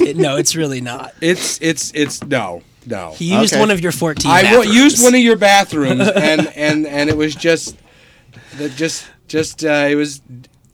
S2: It- no, it's really not.
S1: It's it's it's no no.
S2: He used
S4: Okay.
S2: one of your 14
S1: I w-
S2: bathrooms.
S1: used one of your bathrooms, and and and it was just that just just uh, it was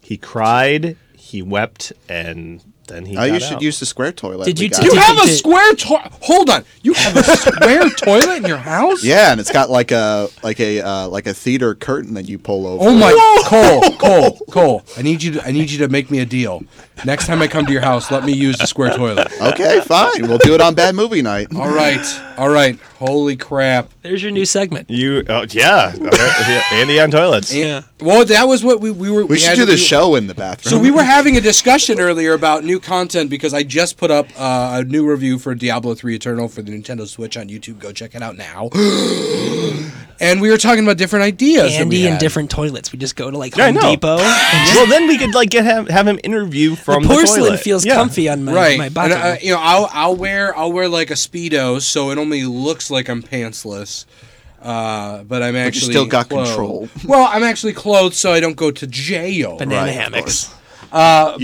S3: He cried. He wept, and and he.
S4: Now you
S3: got
S4: should
S3: out.
S4: use the square toilet.
S2: Did
S4: we
S2: you
S4: got.
S2: t-
S1: You have a
S2: Did-
S1: square toilet. Hold on. You have a square toilet in your house?
S4: yeah, and it's got like a like a uh, like a theater curtain that you pull over.
S1: Oh my Cole, Cole, Cole. I need you to I need you to make me a deal. Next time I come to your house, let me use the square toilet.
S4: Okay, fine. We'll do it on bad movie night.
S1: All right. All right. Holy crap.
S2: There's your new segment.
S3: You oh yeah, All right. Yeah, Andy on toilets.
S2: Yeah.
S1: Well, that was what we, we were
S4: We should
S1: had-
S4: do the show in the bathroom.
S1: So we were having a discussion earlier about new content because I just put up uh, a new review for Diablo 3 Eternal for the Nintendo Switch on YouTube. Go check it out now. and we were talking about different ideas. that we
S2: Andy in
S1: had.
S2: different toilets. We just go to like
S3: Yeah, I
S2: Home
S3: know.
S2: Depot. And
S3: Well, then we could like get have, have him interview from
S2: the
S3: the
S2: porcelain
S3: toilet.
S2: feels
S3: Yeah.
S2: comfy on my
S1: right.
S2: my
S1: And,
S2: bottom.
S1: uh, you know, I'll I'll wear I'll wear like a speedo, so it only looks like I'm pantsless. Uh, but I'm
S4: you
S1: actually
S4: still got
S1: clothed.
S4: control.
S1: Well, I'm actually clothed, so I don't go to jail.
S2: banana
S4: Right, of
S2: hammocks.
S4: you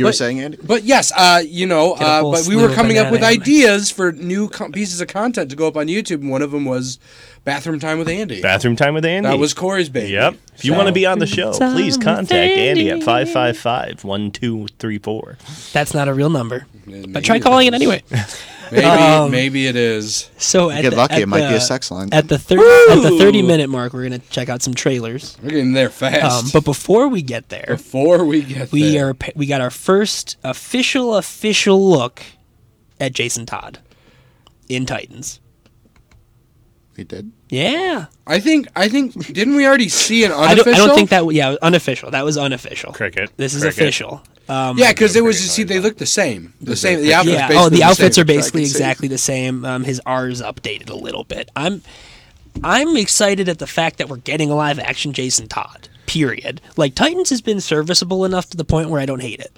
S4: were
S1: but-
S4: saying, Andy?
S1: But yes, uh, you know,
S2: a
S1: uh,
S2: whole
S1: but we
S2: slew
S1: were
S2: of
S1: coming up
S2: banana
S1: with
S2: hammocks.
S1: ideas for new co- pieces of content to go up on YouTube, and one of them was bathroom time with Andy.
S3: Bathroom time with Andy.
S1: that was Corey's baby.
S3: Yep. If you
S1: So-
S3: want to be on the show,
S2: Time
S3: please
S2: with
S3: contact Andy at
S2: Andy.
S3: 555 1234.
S2: That's not a real number, but
S1: maybe
S2: try
S1: it
S2: calling it Um,
S1: is.
S2: anyway.
S1: Maybe maybe it is.
S2: So at
S4: Get
S2: the,
S4: lucky,
S2: at
S4: it might be
S2: the-
S4: a sex line.
S2: At the thirty at the thirty minute mark, we're gonna check out some trailers.
S1: We're getting there fast.
S2: Um, but before we get there,
S1: before we get
S2: we
S1: there,
S2: are pa- we got our first official official look at Jason Todd in Titans.
S4: He did.
S2: Yeah,
S1: I think I think didn't we already see an
S2: I don't,
S1: unofficial?
S2: I don't think that. w- Yeah, unofficial. That was unofficial.
S3: Cricket.
S2: This is
S3: Cricket.
S2: official. Um,
S1: Yeah, because it was.
S3: Pretty
S1: See, they
S3: tight.
S1: look the same. The same. The outfits.
S2: yeah.
S1: Basically
S2: Oh, the outfits
S1: same.
S2: are basically
S4: I can see.
S2: exactly the same. Um, his R is updated a little bit. I'm I'm excited at the fact that we're getting a live action Jason Todd. Period. Like Titans has been serviceable enough to the point where I don't hate it.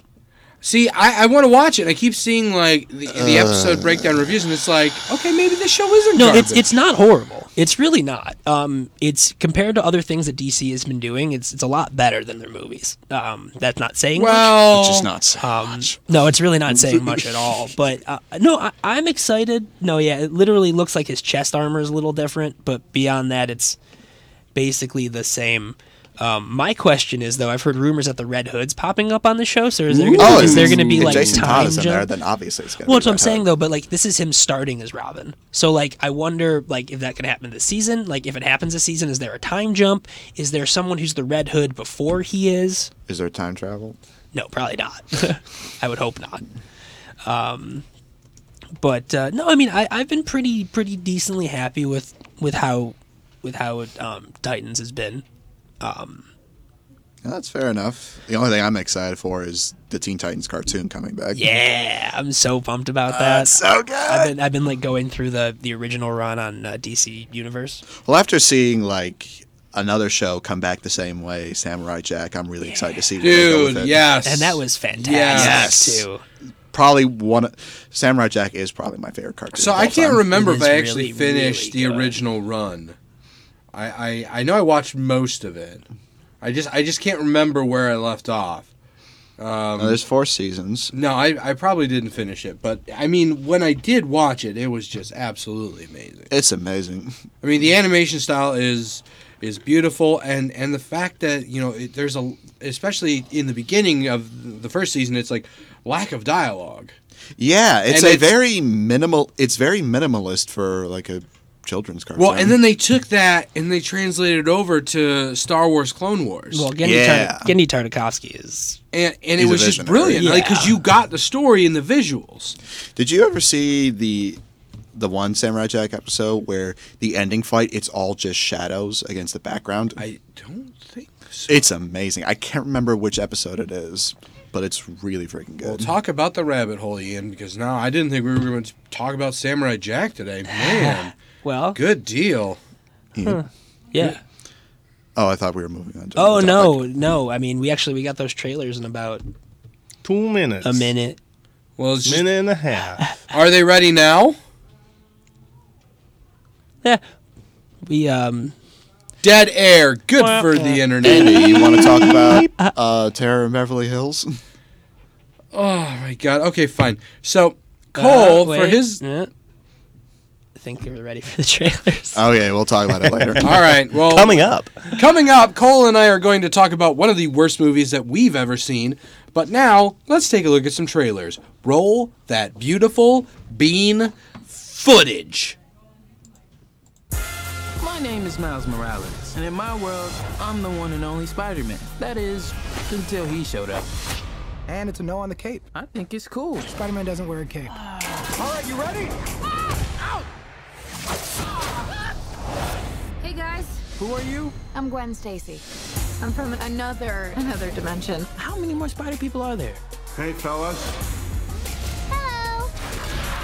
S1: See, I, I want to watch it. and I keep seeing like the, the episode breakdown reviews, and it's like, okay, maybe this show isn't.
S2: No,
S1: garbage.
S2: it's it's not horrible. It's really not. Um, it's compared to other things that DC has been doing. It's it's a lot better than their movies. Um, that's not saying much.
S1: well,
S4: Just not so much.
S2: No, it's really not saying much at all. But uh, no, I, I'm excited. No, yeah, it literally looks like his chest armor is a little different, but beyond that, it's basically the same. Um, my question is though, I've heard rumors that the Red Hood's popping up on the show. So is there gonna,
S4: Oh,
S2: is
S4: if-
S2: there going to be
S4: if
S2: like
S4: Jason
S2: time
S4: Todd is in there?
S2: jump?
S4: Then obviously it's gonna.
S2: Well,
S4: be
S2: that's what I'm
S4: Red
S2: saying
S4: Hood.
S2: though, but like this is him starting as Robin. So like I wonder like if that could happen this season. Like if it happens this season, is there a time jump? Is there someone who's the Red Hood before he is?
S4: Is there time travel?
S2: No, probably not. I would hope not. Um, but uh, no, I mean I, I've been pretty pretty decently happy with with how with how um, Titans has been.
S4: Yeah, that's fair enough. The only thing I'm excited for is the Teen Titans cartoon coming back.
S2: Yeah, I'm so pumped about that.
S4: so good.
S2: I've been I've been like going through the the original run on uh, DC Universe.
S4: Well, after seeing like another show come back the same way, Samurai Jack, I'm really excited to see where they go with
S1: dude.
S4: it.
S1: Yes,
S2: and that was fantastic
S1: Yes.
S2: too.
S4: probably one. of- Samurai Jack is probably my favorite cartoon.
S1: So
S4: of all
S1: I can't
S4: time.
S1: remember
S2: It
S1: if
S2: is
S1: I actually
S2: really,
S1: finished
S2: really
S1: the
S2: good.
S1: original run. I, I I know I watched most of it. I just I just can't remember where I left off.
S4: No, there's four seasons.
S1: No, I, I probably didn't finish it, but I mean, when I did watch it, it was just absolutely amazing.
S4: It's amazing.
S1: I mean, the animation style is is beautiful, and and the fact that you know it, there's a especially in the beginning of the first season, it's like lack of dialogue.
S4: Yeah, it's
S1: And
S4: a
S1: it's-
S4: very minimal. It's very minimalist for like a children's cartoon.
S1: Well, and then they took that and they translated it over to Star Wars Clone Wars.
S2: Well, Gendy,
S4: Yeah.
S2: Tar- Gendy Tartakovsky is
S1: and and it
S4: He's a
S1: was just
S4: visionary.
S1: brilliant like because
S2: Yeah.
S1: you got the story and the visuals
S4: did you ever see the the one Samurai Jack episode where the ending fight? It's all just shadows against the background.
S1: i don't think so
S4: it's amazing. I can't remember which episode it is, but it's really freaking good.
S1: well talk about the rabbit hole ian because now i didn't think we were going to talk about samurai jack today man
S2: well,
S1: good deal
S2: yeah.
S4: oh, I thought we were moving on. To
S2: Oh
S4: another
S2: no,
S4: topic.
S2: no. I mean, we actually we got those trailers in about
S3: Two minutes.
S2: a minute.
S1: well it's just,
S3: Minute and a half.
S1: are they ready now
S2: Yeah, we um.
S1: dead air good for the internet
S4: Andy, you want to talk about uh, Terror in Beverly Hills?
S1: oh my god okay fine so cole
S2: uh,
S1: for
S2: wait,
S1: his
S2: uh, think we're ready for the trailers.
S1: Uh,
S4: Okay, Oh, we'll talk about it later.
S1: All right. Well,
S3: Coming up.
S1: Coming up, Cole and I are going to talk about one of the worst movies that we've ever seen. But now, let's take a look at some trailers. Roll that beautiful bean footage.
S5: My name is Miles Morales, and in my world, I'm the one and only Spider Man. That is, until he showed up.
S6: And it's a no on the cape.
S5: I think it's cool.
S6: Spider Man doesn't wear a cape.
S5: All right, you ready?
S7: Hey guys,
S5: Who are you?
S7: I'm Gwen Stacy. I'm from another another dimension.
S5: How many more Spider people are there?
S8: Hey, fellas.
S7: Hello.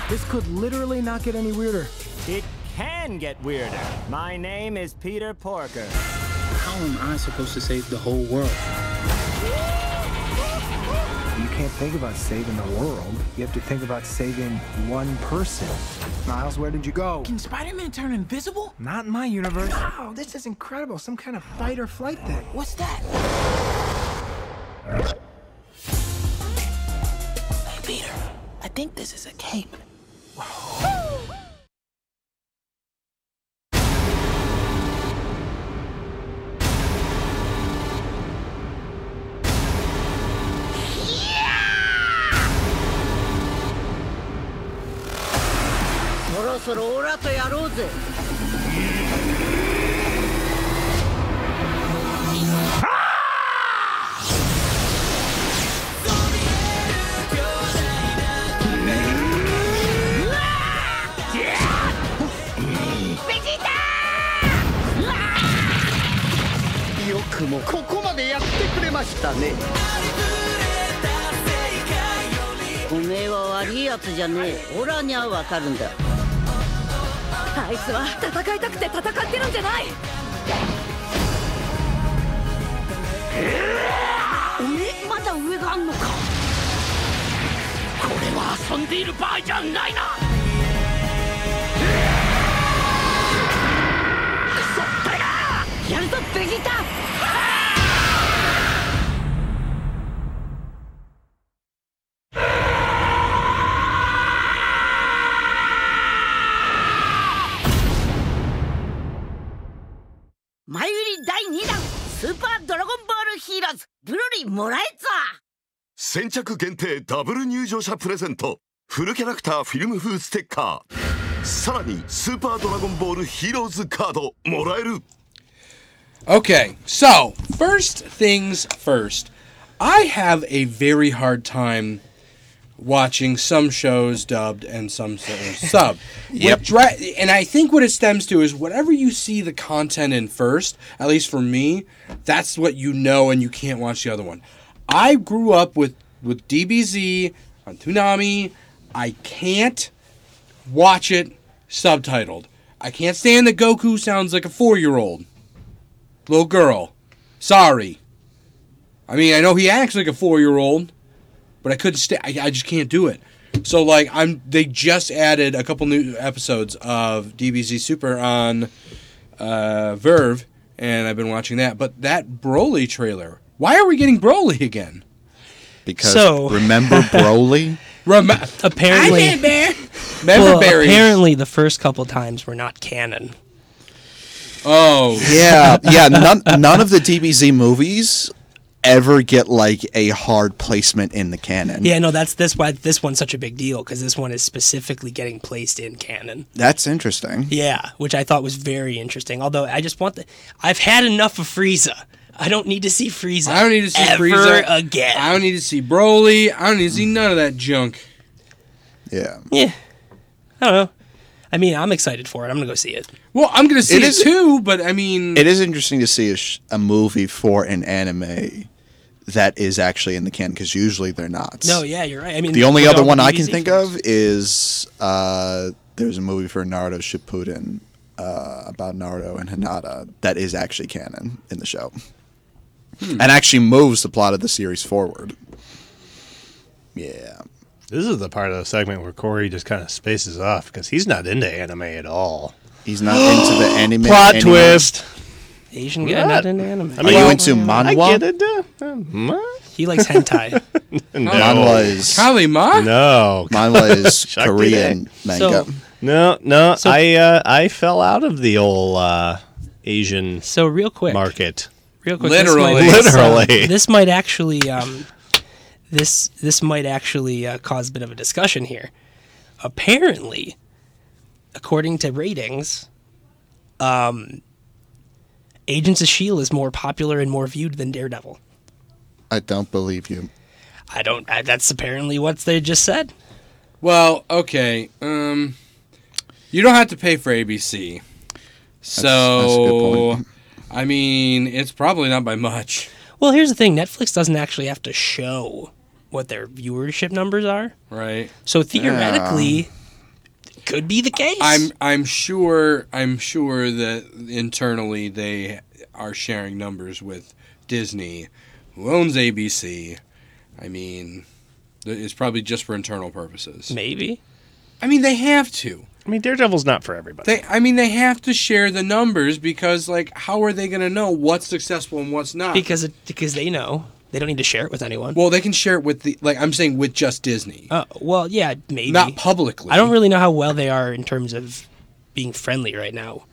S6: This could literally not get any weirder.
S9: It can get weirder. My name is Peter Porker.
S5: How am I supposed to save the whole world?
S6: You can't think about saving the world. You have to think about saving one person. Miles, where did you go?
S5: Can Spider Man turn invisible?
S6: Not in my universe. Wow, this is incredible. Some kind of fight or flight thing.
S5: What's that? Hey, Peter, I think this is a cape.
S7: I
S1: Okay, so first things first. I have a very hard time watching some shows dubbed and some shows subbed. yep. Dra- and I think what it stems to is whatever you see the content in first, at least for me, that's what you know and you can't watch the other one. I grew up with, with DBZ on Toonami. I can't watch it subtitled. I can't stand that Goku sounds like a four year old little girl. Sorry. I mean, I know he acts like a four-year-old, but I couldn't stay. I, I just can't do it. So like, I'm. They just added a couple new episodes of DBZ Super on uh, Verve, and I've been watching that. But that Broly trailer. Why are we getting Broly again?
S4: Because
S2: So-
S4: remember Broly?
S1: Rem-
S2: Apparently,
S1: Remember
S2: well,
S1: Barry?
S2: apparently the first couple times were not canon.
S1: Oh,
S4: yeah, yeah. None, none of the DBZ movies ever get like a hard placement in the canon.
S2: Yeah, no, that's that's why this one's such a big deal because this one is specifically getting placed in canon.
S4: That's interesting.
S2: Yeah, which I thought was very interesting. Although I just want the, I've had enough of Frieza. I don't need to see Frieza.
S1: I don't need to see
S2: ever
S1: Frieza
S2: again.
S1: I don't need to see Broly. I don't need to see none of that junk.
S4: Yeah.
S2: yeah, I don't know. I mean, I'm excited for it. I'm gonna go see it.
S1: Well, I'm gonna see it,
S4: It is-
S1: too, but I mean,
S4: It is interesting to see a, sh- a movie for an anime that is actually in the canon because usually they're not.
S2: No, yeah, you're right. I mean,
S4: The only
S2: look at
S4: other
S2: all the
S4: one I can
S2: DBZ
S4: think
S2: films.
S4: of is uh, there's a movie for Naruto Shippuden uh, about Naruto and Hinata that is actually canon in the show,
S3: Hmm.
S4: and actually moves the plot of the series forward. Yeah,
S3: This is the part of the segment where Corey just kind of spaces off because he's not into anime at all.
S4: he's not into the anime.
S3: Plot
S4: anymore.
S3: twist.
S2: Asian guy, not
S3: What?
S2: an anime.
S3: I
S4: Are
S3: mean,
S4: you
S3: well,
S4: into
S3: I
S4: manhwa?
S3: get Um, into manhwa.
S2: he likes hentai.
S3: No,
S4: Manhwa is
S1: Kali Ma.
S3: no.
S4: manhwa is
S3: Shocked today.
S4: Korean manga.
S2: So
S3: No, no,
S2: So-
S3: I uh, I fell out of the old uh, Asian
S2: So real quick,
S3: market.
S2: real quick,
S1: Literally.
S2: this might,
S3: Literally.
S2: uh, this might actually, um, this this might actually uh, cause a bit of a discussion here. Apparently, according to ratings, um, Agents of Shield E is more popular and more viewed than Daredevil.
S4: I don't believe you.
S2: I don't. I, that's apparently what they just said.
S1: Well, okay. Um, you don't have to pay for ABC, so
S4: that's a good point.
S1: I mean, it's probably not by much,
S2: Well, here's the thing: Netflix doesn't actually have to show what their viewership numbers are,
S1: right?
S2: so theoretically, it could be the case.
S1: I'm I'm sure I'm sure that internally they are sharing numbers with Disney, who owns ABC. I mean, th- it's probably just for internal purposes.
S2: maybe.
S1: I mean, they have to.
S3: I mean, Daredevil's not for everybody.
S1: They, I mean, they have to share the numbers because, like, how are they going to know what's successful and what's not?
S2: because it, because they know they don't need to share it with anyone.
S1: well, they can share it with the, like, I'm saying with just Disney,
S2: uh, well, yeah, maybe
S1: not publicly.
S2: I don't really know how well they are in terms of being friendly right now.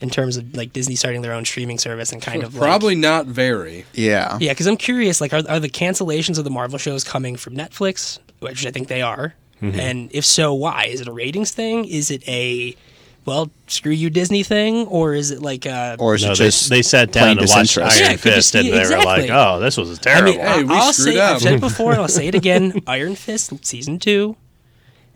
S2: In terms of like Disney starting their own streaming service and kind of like-
S1: probably not very.
S4: Yeah.
S2: yeah, because I'm curious, like, are, are the cancellations of the Marvel shows coming from Netflix, which I think they are?
S1: Mm-hmm.
S2: And if so, why? Is it a ratings thing? Is it a well, screw you Disney thing, or is it like a
S4: Or is
S3: No,
S4: it
S3: they,
S4: just
S3: they sat down
S4: plain
S3: and watched Iron
S4: disinterest?
S2: Yeah, it could
S3: Fist,
S2: just
S3: and
S2: be-
S3: they
S2: exactly.
S3: were like, "Oh, this was
S2: I
S3: terrible."
S2: mean, I-
S1: Hey, we
S2: I'll
S1: screwed
S2: say,
S1: up.
S2: I've said it before, and I'll say it again. Iron Fist season two,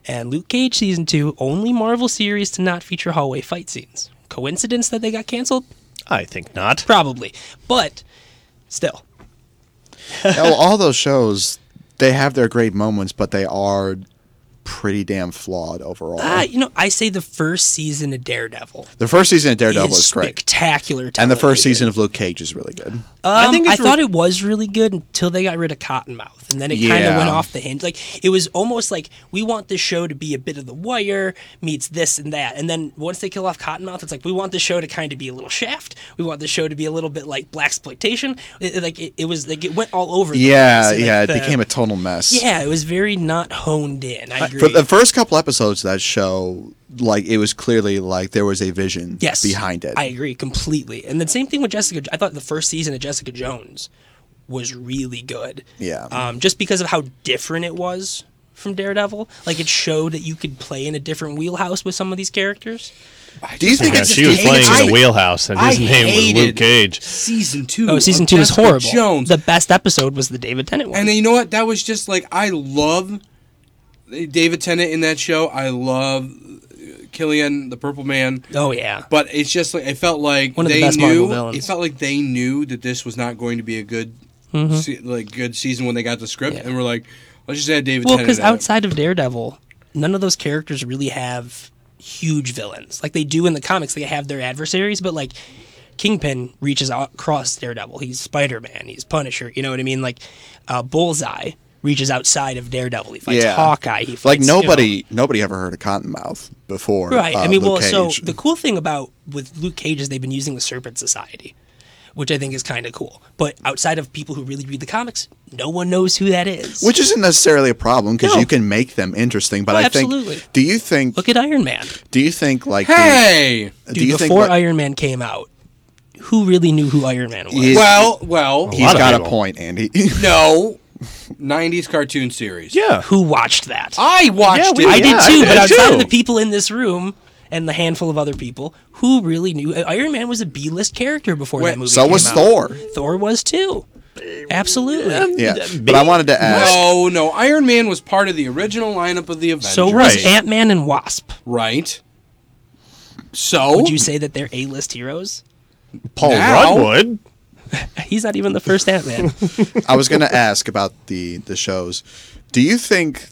S2: and Luke Cage season two, only Marvel series to not feature hallway fight scenes. Coincidence that they got canceled?
S3: I think not.
S2: Probably, but still,
S4: Well, Oh, all those shows, they have their great moments, but they are pretty damn flawed overall.
S2: uh, you know, I say the first season of Daredevil.
S4: the first season of Daredevil
S2: is
S4: is great,
S2: spectacular.
S4: and the first
S2: television.
S4: season of Luke Cage is really good.
S2: Um, I,
S3: think it's re-
S2: thought it was really good until they got rid of Cottonmouth, and then it kind of
S4: Yeah.
S2: went off the hinge. Like it was almost like we want this show to be a bit of The Wire meets this and that, and then once they kill off Cottonmouth, it's like we want the show to kind of be a little Shaft. We want the show to be a little bit like black exploitation. Like it, it was like it went all over.
S4: Yeah,
S2: the place.
S4: yeah,
S2: Like,
S4: it
S2: the-
S4: became a total mess.
S2: yeah. It was very not honed in. I agree.
S4: For the first couple episodes of that show, like it was clearly like there was a vision
S2: yes,
S4: behind it.
S2: I agree completely. And the same thing with Jessica. I thought the first season of Jessica Jones was really good.
S4: Yeah.
S2: Um, just because of how different it was from Daredevil, like it showed that you could play in a different wheelhouse with some of these characters.
S4: Do you think
S3: Yeah,
S4: it's
S3: she was
S4: do you think
S3: playing
S4: it's-
S3: in the wheelhouse, and his
S1: I
S3: name was Luke
S1: hated
S3: Cage.
S1: Season two.
S2: Oh, season
S1: of
S2: two was
S1: Um, Jessica
S2: horrible.
S1: Jones.
S2: The best episode was the David Tennant one.
S1: And then, you know what? That was just like I love David Tennant in that show. I love uh, Killian the Purple Man.
S2: oh yeah,
S1: But it's just like it felt like
S2: One of the
S1: they
S2: best Marvel
S1: knew.
S2: villains.
S1: It felt like they knew that this was not going to be a good, se- like good season when they got the script,
S2: Mm-hmm. Yeah.
S1: and we're like, let's just add David.
S2: well,
S1: Tennant
S2: because
S1: in it.
S2: outside of Daredevil, none of those characters really have huge villains like they do in the comics. They have their adversaries, but like Kingpin reaches out across Daredevil. He's Spider Man. He's Punisher. You know what I mean? Like uh, Bullseye reaches outside of Daredevil. He fights
S4: Yeah.
S2: Hawkeye. He fights,
S4: like
S2: you know-
S4: nobody nobody ever heard of Cottonmouth before.
S2: Right. I
S4: uh,
S2: mean,
S4: Luke
S2: well,
S4: Cage.
S2: so the cool thing about with Luke Cage is they've been using the Serpent Society, which I think is kind of cool. But outside of people who really read the comics, no one knows who that is.
S4: which isn't necessarily a problem because
S2: No.
S4: you can make them interesting. But
S2: Oh,
S4: I think,
S2: absolutely.
S4: do you think,
S2: look at Iron Man.
S4: do you think like, the-
S1: hey,
S4: do
S2: Dude,
S4: you think
S2: before
S4: like,
S2: Iron Man came out, who really knew who Iron Man was?
S4: Is-
S1: well, well,
S4: he's
S3: of
S4: got a
S3: people.
S4: point, Andy?
S1: no, '90s cartoon series.
S3: Yeah,
S2: Who watched that?
S1: I watched
S3: Yeah,
S1: it.
S3: we-
S2: I
S3: yeah,
S2: did too,
S3: I
S2: but
S3: did
S2: outside of
S3: too.
S2: the people in this room and the handful of other people, who really knew Uh, Iron Man was a B list character before
S1: Wait,
S2: that movie?
S4: so
S2: came
S4: was
S2: out.
S4: Thor.
S2: Thor was too. Absolutely.
S4: Yeah, but I wanted to ask.
S1: No, no, Iron Man was part of the original lineup of the Avengers.
S2: so was
S3: Right.
S2: Ant Man and Wasp.
S1: right. So
S2: Would you say that they're A list heroes?
S3: Paul
S1: Now-
S3: Rudd would.
S2: He's not even the first Ant Man.
S4: I was gonna ask about the the shows. Do you think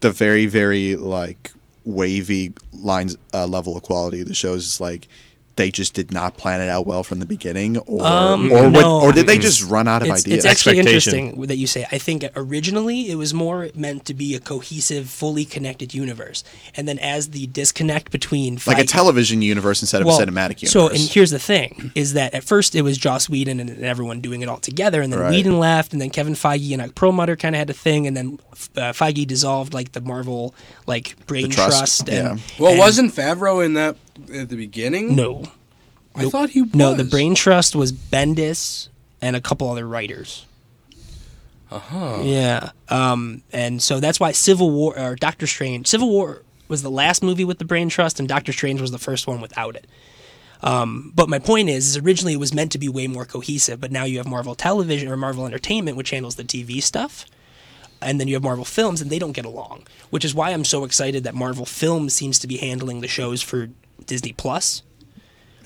S4: the very very like wavy lines uh, level of quality of the shows is like they just did not plan it out well from the beginning, or
S2: Um, no.
S4: or what, or did they just run out of
S2: It's,
S4: ideas?
S2: it's actually
S3: Expectation.
S2: interesting that you say. I think originally it was more meant to be a cohesive, fully connected universe, and then as the disconnect between
S4: like a
S2: fight-
S4: television universe instead of
S2: well,
S4: a cinematic universe.
S2: So, and here's the thing: is that at first it was Joss Whedon and everyone doing it all together, and then
S4: Right.
S2: Whedon left, and then Kevin Feige and like Perlmutter kind of had a thing, and then uh, Feige dissolved like the Marvel like brain
S4: trust,
S2: and
S4: yeah.
S1: Well,
S2: and-
S1: wasn't Favreau in that at the beginning?
S2: no
S1: I thought he was.
S2: no the brain trust was Bendis and a couple other writers. Uh huh. Yeah. Um. And so that's why Civil War or Doctor Strange, Civil War was the last movie with the brain trust, and Doctor Strange was the first one without it. Um, But my point is, is originally it was meant to be way more cohesive, but now you have Marvel Television or Marvel Entertainment, which handles the TV stuff, and then you have Marvel Films, and they don't get along, which is why I'm so excited that Marvel Films seems to be handling the shows for Disney Plus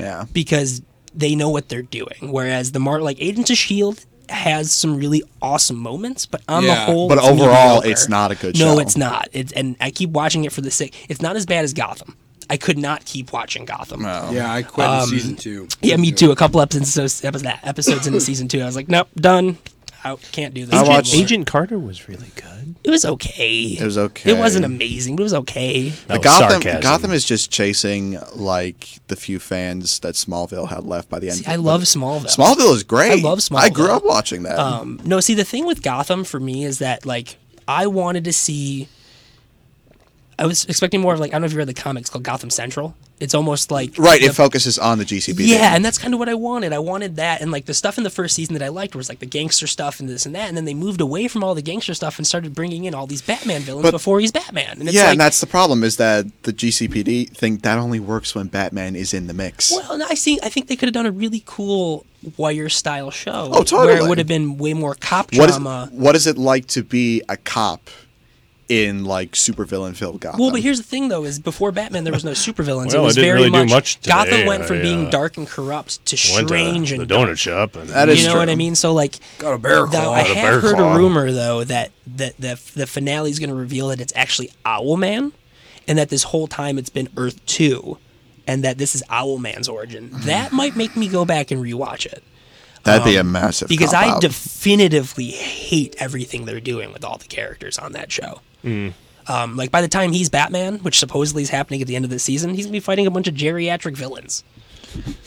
S4: yeah,
S2: because they know what they're doing. Whereas the Mar like Agents of Shield E has some really awesome moments, but on the
S1: Yeah.
S2: whole,
S4: But
S2: it's
S4: overall,
S2: mediocre.
S4: it's not a good
S2: No,
S4: show.
S2: it's not. It's and I keep watching it for the sake. It's not as bad as Gotham. I could not keep watching Gotham.
S4: Oh.
S1: Yeah, I quit
S3: Um,
S1: in season two.
S2: Yeah, me too. A couple episodes episodes episodes into season two, I was like, nope, done. I can't do this.
S4: I
S2: anymore.
S4: watched-
S3: Agent Carter was really good.
S2: It was okay.
S4: It was okay.
S2: It wasn't amazing, but it was okay.
S3: That
S4: But
S3: was
S4: Gotham,
S3: sarcasm.
S4: Gotham is just chasing like the few fans that Smallville had left by the end.
S2: See, I love Smallville.
S4: Smallville is great.
S2: I love
S4: I grew
S2: Smallville.
S4: up watching that.
S2: Um, no, see, the thing with Gotham for me is that like I wanted to see. I was expecting more of like I don't know if you read the comics called Gotham Central. It's almost like
S4: right,
S2: the-
S4: it focuses on the GCPD.
S2: yeah, and that's kind of what I wanted. I wanted that, and like the stuff in the first season that I liked was like the gangster stuff and this and that, and then they moved away from all the gangster stuff and started bringing in all these Batman villains
S4: But-
S2: before he's Batman. And it's
S4: yeah,
S2: like,
S4: and that's the problem is that the GCPD thing that only works when Batman is in the mix.
S2: Well, no, I see. I think they could have done a really cool wire style show.
S4: Oh,
S2: Where it
S4: totally.
S2: would have been way more cop
S4: what is
S2: drama.
S4: what is it like to be a cop in like supervillain filled Gotham?
S2: well, but here's the thing, though: is before Batman, there was no supervillains. it
S3: Well, I
S2: was
S3: didn't
S2: very
S3: really do
S2: much,
S3: much today,
S2: Gotham went from
S3: I,
S2: being
S3: uh,
S2: dark and corrupt to
S3: Went to
S2: strange
S3: the
S2: and
S3: donut shop. And
S4: That
S2: You
S4: is
S2: know
S4: true.
S2: what I mean? So like,
S1: Got a bear
S2: though,
S1: claw.
S2: I
S1: Got a
S2: had
S3: bear
S2: heard
S3: claw.
S2: a rumor though that that the the finale is going to reveal that it's actually Owlman, and that this whole time it's been Earth Two, and that this is Owlman's origin. That might make me go back and rewatch it.
S4: That'd be a massive
S2: because I
S4: cop-out.
S2: definitively hate everything they're doing with all the characters on that show. Um, like by the time he's Batman, which supposedly is happening at the end of the season, he's gonna be fighting a bunch of geriatric villains.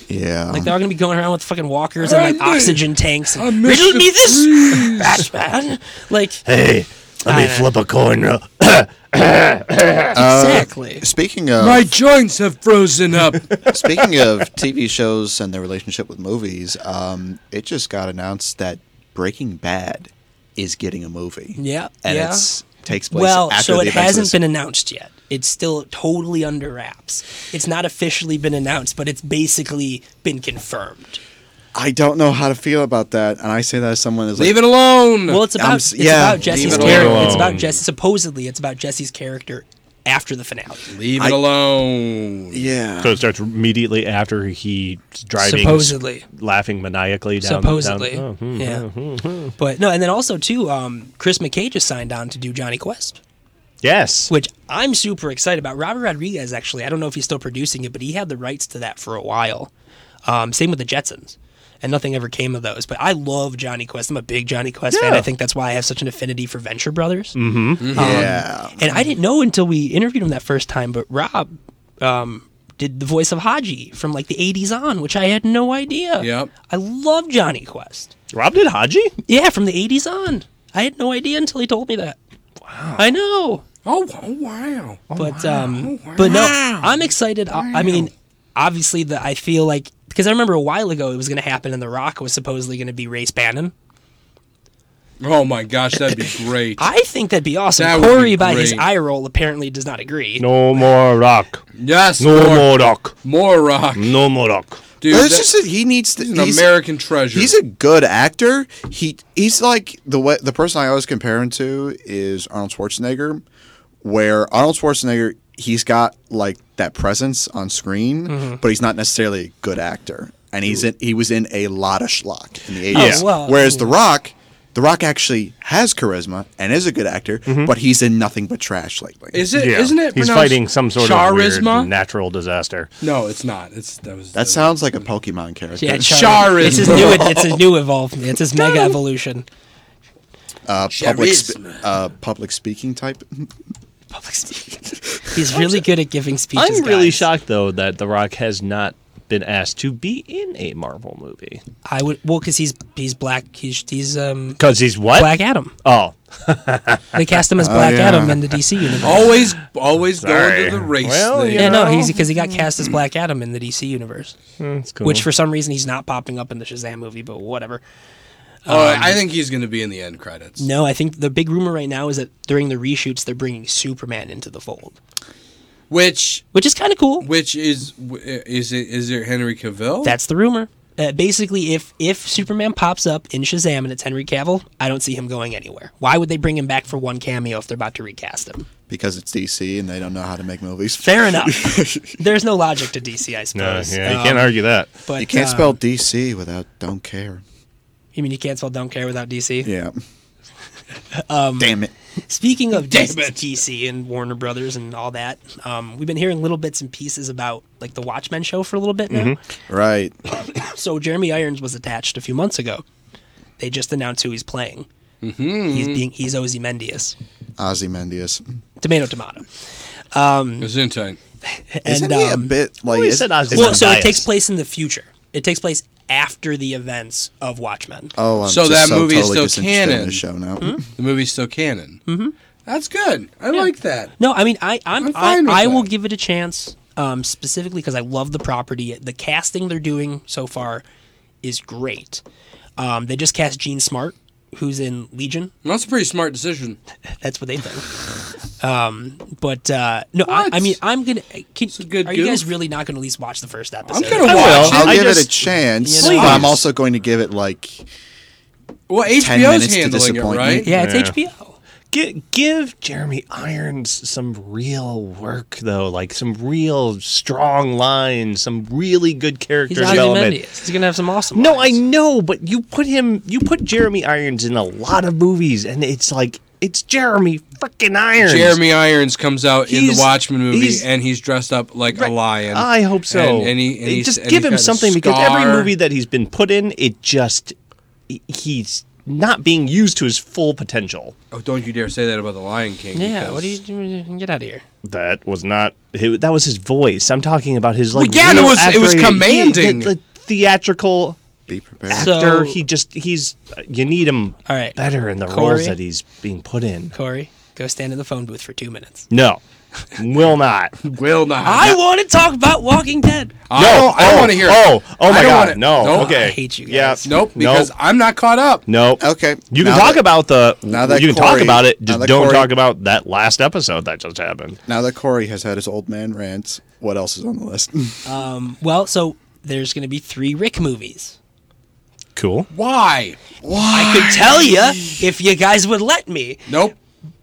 S4: yeah.
S2: Like they're all gonna be going around with fucking walkers and like
S1: I miss-
S2: oxygen tanks.
S1: I
S2: And,
S1: miss
S2: Riddle
S1: the
S2: me this, Batman. Like
S3: hey, let me flip a coin. real-
S2: exactly.
S4: Speaking of
S1: My joints have frozen up.
S4: Speaking of TV shows and their relationship with movies, um, it just got announced that Breaking Bad is getting a movie.
S2: Yeah,
S4: and
S2: yeah.
S4: it's takes place.
S2: Well,
S4: after
S2: so
S4: the
S2: it
S4: events of
S2: hasn't
S4: this-
S2: been announced yet. It's still totally under wraps. It's not officially been announced, but it's basically been confirmed.
S4: I don't know how to feel about that, and I say that as someone is
S1: Leave
S4: like,
S1: it alone.
S2: Well, it's about
S4: I'm
S2: it's
S4: s- yeah,
S2: about Jesse's
S1: leave it
S2: character.
S1: alone.
S2: It's about Jesse. Supposedly, it's about Jesse's character after the finale.
S1: Leave
S4: I-
S1: it alone.
S4: yeah.
S3: So it starts immediately after he's driving,
S2: Supposedly.
S3: laughing maniacally down.
S2: supposedly,
S3: down- oh, hmm.
S2: yeah. but no, and then also too, um, Chris McKay just signed on to do Johnny Quest,
S3: Yes.
S2: which I'm super excited about. Robert Rodriguez actually, I don't know if he's still producing it, but he had the rights to that for a while. Um, same with the Jetsons. And nothing ever came of those. But I love Johnny Quest. I'm a big Johnny Quest fan.
S3: Yeah.
S2: I think that's why I have such an affinity for Venture Brothers.
S4: yeah.
S2: And I didn't know until we interviewed him that first time, but Rob um, did the voice of Haji from like the 80s on, which I had no idea.
S1: Yep.
S2: I love Johnny Quest.
S3: Rob did Haji?
S2: Yeah, from the 80s on. I had no idea until he told me that. Wow. I know.
S1: Oh, oh, wow. Oh,
S2: but um but no, I'm excited. I, I mean, obviously the I feel like because I remember a while ago it was going to happen and The Rock was supposedly going to be Race Bannon.
S1: Oh my gosh, that'd be great.
S2: I think that'd be awesome.
S1: That would
S2: Corey
S1: be
S2: by his
S1: great.
S2: eye roll apparently does not agree.
S3: No more rock.
S1: yes,
S3: No
S1: more,
S3: more rock.
S1: more rock,
S3: No more rock.
S1: dude.
S4: But it's
S1: that-
S4: just that he needs to.
S1: an
S4: he's-
S1: American treasure.
S4: He's a good actor. He he's like the way the person I always compare him to is Arnold Schwarzenegger, where Arnold Schwarzenegger he's got like that presence on screen, but he's not necessarily a good actor. And he's in he was in a lot of schlock in the eighties.
S2: well,
S4: Whereas The Rock, The Rock actually has charisma and is a good actor, but he's in nothing but trash lately.
S1: Is it?
S3: Yeah.
S1: not it?
S3: He's
S1: pronounced
S3: fighting some sort of
S1: charisma?
S3: weird natural disaster.
S1: no, it's not. It's that was
S4: that sounds like a Pokemon character.
S2: Yeah,
S1: Charizard.
S2: It's his new. It's his new evolve. It's his mega evolution.
S4: Uh, public, sp-
S1: Charisma.
S4: uh, public speaking type.
S2: Public speaking. He's really good at giving speeches.
S3: I'm really
S2: guys.
S3: shocked though that The Rock has not been asked to be in a Marvel movie
S2: I would well because he's he's black. He's he's um
S3: because he's what?
S2: Black Adam.
S3: Oh,
S2: They cast him as Black
S4: yeah.
S2: Adam in the DC universe.
S1: always always going
S3: Sorry.
S1: to the race
S3: Well,
S1: thing.
S3: you
S2: yeah, no,
S3: know.
S2: he's because he got cast as Black Adam in the DC universe,
S3: that's cool.
S2: which for some reason he's not popping up in the Shazam movie, but whatever.
S3: Um,
S1: Oh, I think he's going to be in the end credits.
S2: No, I think the big rumor right now is that during the reshoots they're bringing Superman into the fold,
S1: Which
S2: which is kind of cool.
S1: which is is it is there Henry Cavill?
S2: That's the rumor. Uh, basically, if if Superman pops up in Shazam and it's Henry Cavill, I don't see him going anywhere. Why would they bring him back for one cameo if they're about to recast him?
S4: because it's DC and they don't know how to make movies.
S2: Fair enough. There's no logic to DC, I
S3: no,
S2: suppose.
S3: yeah, you
S2: Um,
S3: can't argue that.
S2: But
S4: You can't
S2: uh,
S4: spell DC without don't care.
S2: You mean you can't spell "don't care" without DC?
S4: Yeah.
S2: Um,
S4: Damn it.
S2: Speaking of DC and Warner Brothers and all that, um, we've been hearing little bits and pieces about like the Watchmen show for a little bit now.
S3: Mm-hmm.
S4: Right.
S2: So Jeremy Irons was attached a few months ago. They just announced who he's playing. Mm-hmm. He's being he's Ozymandias.
S4: Ozymandias.
S2: Tomato, tomato.
S1: Gesundheit.
S4: Isn't
S2: and
S4: he a
S2: um,
S4: bit like?
S3: well, he
S4: is-
S3: said Ozymandias.
S4: is-
S2: well, so it
S3: biased.
S2: takes place in the future. It takes place after the events of Watchmen.
S4: Oh, I'm
S1: So
S4: just
S1: that
S4: so
S1: movie is
S4: totally
S1: still
S4: disinterested in
S1: canon.
S4: this show now.
S2: Hmm?
S1: The movie's still canon. Mm-hmm. That's good. I like that.
S2: No, I mean I I'm,
S1: I'm
S2: I,
S1: fine with
S2: I will
S1: that.
S2: give it a chance um, specifically because I love the property. The casting they're doing so far is great. Um, they just cast Gene Smart, who's in Legion.
S1: That's a pretty smart decision.
S2: That's what they think. um, but uh, no, I,
S1: What?
S2: I mean I'm gonna. uh, Can,
S1: a good
S2: are you guys
S1: goof.
S2: really not gonna at least watch the first
S1: I'm
S2: episode?
S1: gonna
S3: will.
S1: watch
S4: I'll
S1: it.
S3: I
S4: give
S3: just-
S4: it a chance,
S2: you know-
S4: but I'm also going to give it like
S1: Well,
S4: 10
S1: HBO's
S4: minutes to
S1: handling it,
S4: disappoint me.
S1: right?
S2: yeah, it's
S3: Yeah.
S2: HBO.
S3: Gi- give Jeremy Irons some real work though, like some real strong lines, some really good
S2: He's
S3: character development.
S2: Ozymandias. He's gonna have some awesome.
S3: No, I
S2: lines.
S3: know, but you put him, you put Jeremy Irons in a lot of movies, and it's like it's Jeremy freaking Irons.
S1: Jeremy Irons comes out in
S3: He's-
S1: the Watchmen movie,
S3: he's-
S1: and he's dressed up like a lion.
S3: I hope so.
S1: And, and he, and he's,
S3: just
S1: and
S3: give
S1: he's
S3: him
S1: got a
S3: something because every
S1: scar.
S3: movie that he's been put in, it just he- he's not being used to his full potential.
S1: Oh, don't you dare say that about the Lion King.
S2: Yeah,
S1: because-
S2: what do you do? Get out of here.
S3: That was not hi- that was his voice. I'm talking about his like
S1: yeah, and it
S3: real
S1: was- it was
S3: actor- he-
S1: commanding.
S3: the- the theatrical
S4: be prepared.
S2: So-
S3: actor. he just he's you need him
S2: All right.
S3: better in the
S2: Corey?
S3: roles that he's being put in.
S2: Corey, go stand in the phone booth for two minutes.
S3: No, will not.
S1: Will not.
S2: I want to talk about Walking Dead.
S1: I
S3: No,
S1: don't- I
S3: oh,
S1: want to hear. it.
S3: Oh, oh my
S1: I don't
S3: God,
S1: wanna-
S3: no.
S1: Nope.
S3: okay,
S2: I hate you
S3: Yeah,
S2: guys.
S1: Nope, because
S3: nope.
S1: I'm not caught up.
S3: nope.
S4: Okay,
S3: You can
S4: now
S3: talk
S4: that-
S3: about the.
S4: now that
S3: you can talk
S4: Corey-
S3: about it.
S4: now
S3: Just
S4: that
S3: don't
S4: Corey-
S3: talk about that last episode that just happened.
S4: Now that Corey has had his old man rant, what else is on the list?
S2: Well, so there's going to be three Rick movies.
S3: Cool.
S1: Why?
S2: I could tell you if you guys would let me,
S1: Nope.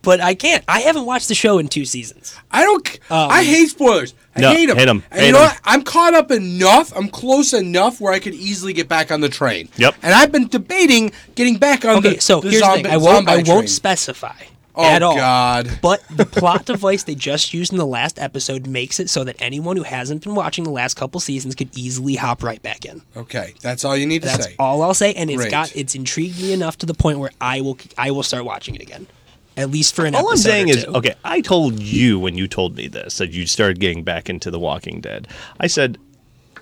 S2: but I can't. I haven't watched the show in two seasons.
S1: I don't. c
S2: Oh,
S1: I I hate spoilers. I
S3: No,
S1: hate them.
S3: hate 'em,
S1: And
S3: hate
S1: you know
S3: 'em.
S1: what? I'm caught up enough. I'm close enough where I could easily get back on the train.
S3: Yep.
S1: And I've been debating getting back on
S2: Okay,
S1: the,
S2: so
S1: the
S2: here's
S1: zombie,
S2: the thing. I won't.
S1: zombie
S2: I
S1: train.
S2: won't specify
S1: Oh,
S2: at all.
S1: God.
S2: But the plot device they just used in the last episode makes it so that anyone who hasn't been watching the last couple seasons could easily hop right back in.
S1: Okay, that's all you need to
S2: That's
S1: say.
S2: all I'll say, and it's
S1: Great.
S2: got it's intrigued me enough to the point where I will I will start watching it again, at least for an
S3: All I'm
S2: episode.
S3: saying
S2: or
S3: is,
S2: two.
S3: okay, I told you when you told me this that you started getting back into The Walking Dead. I said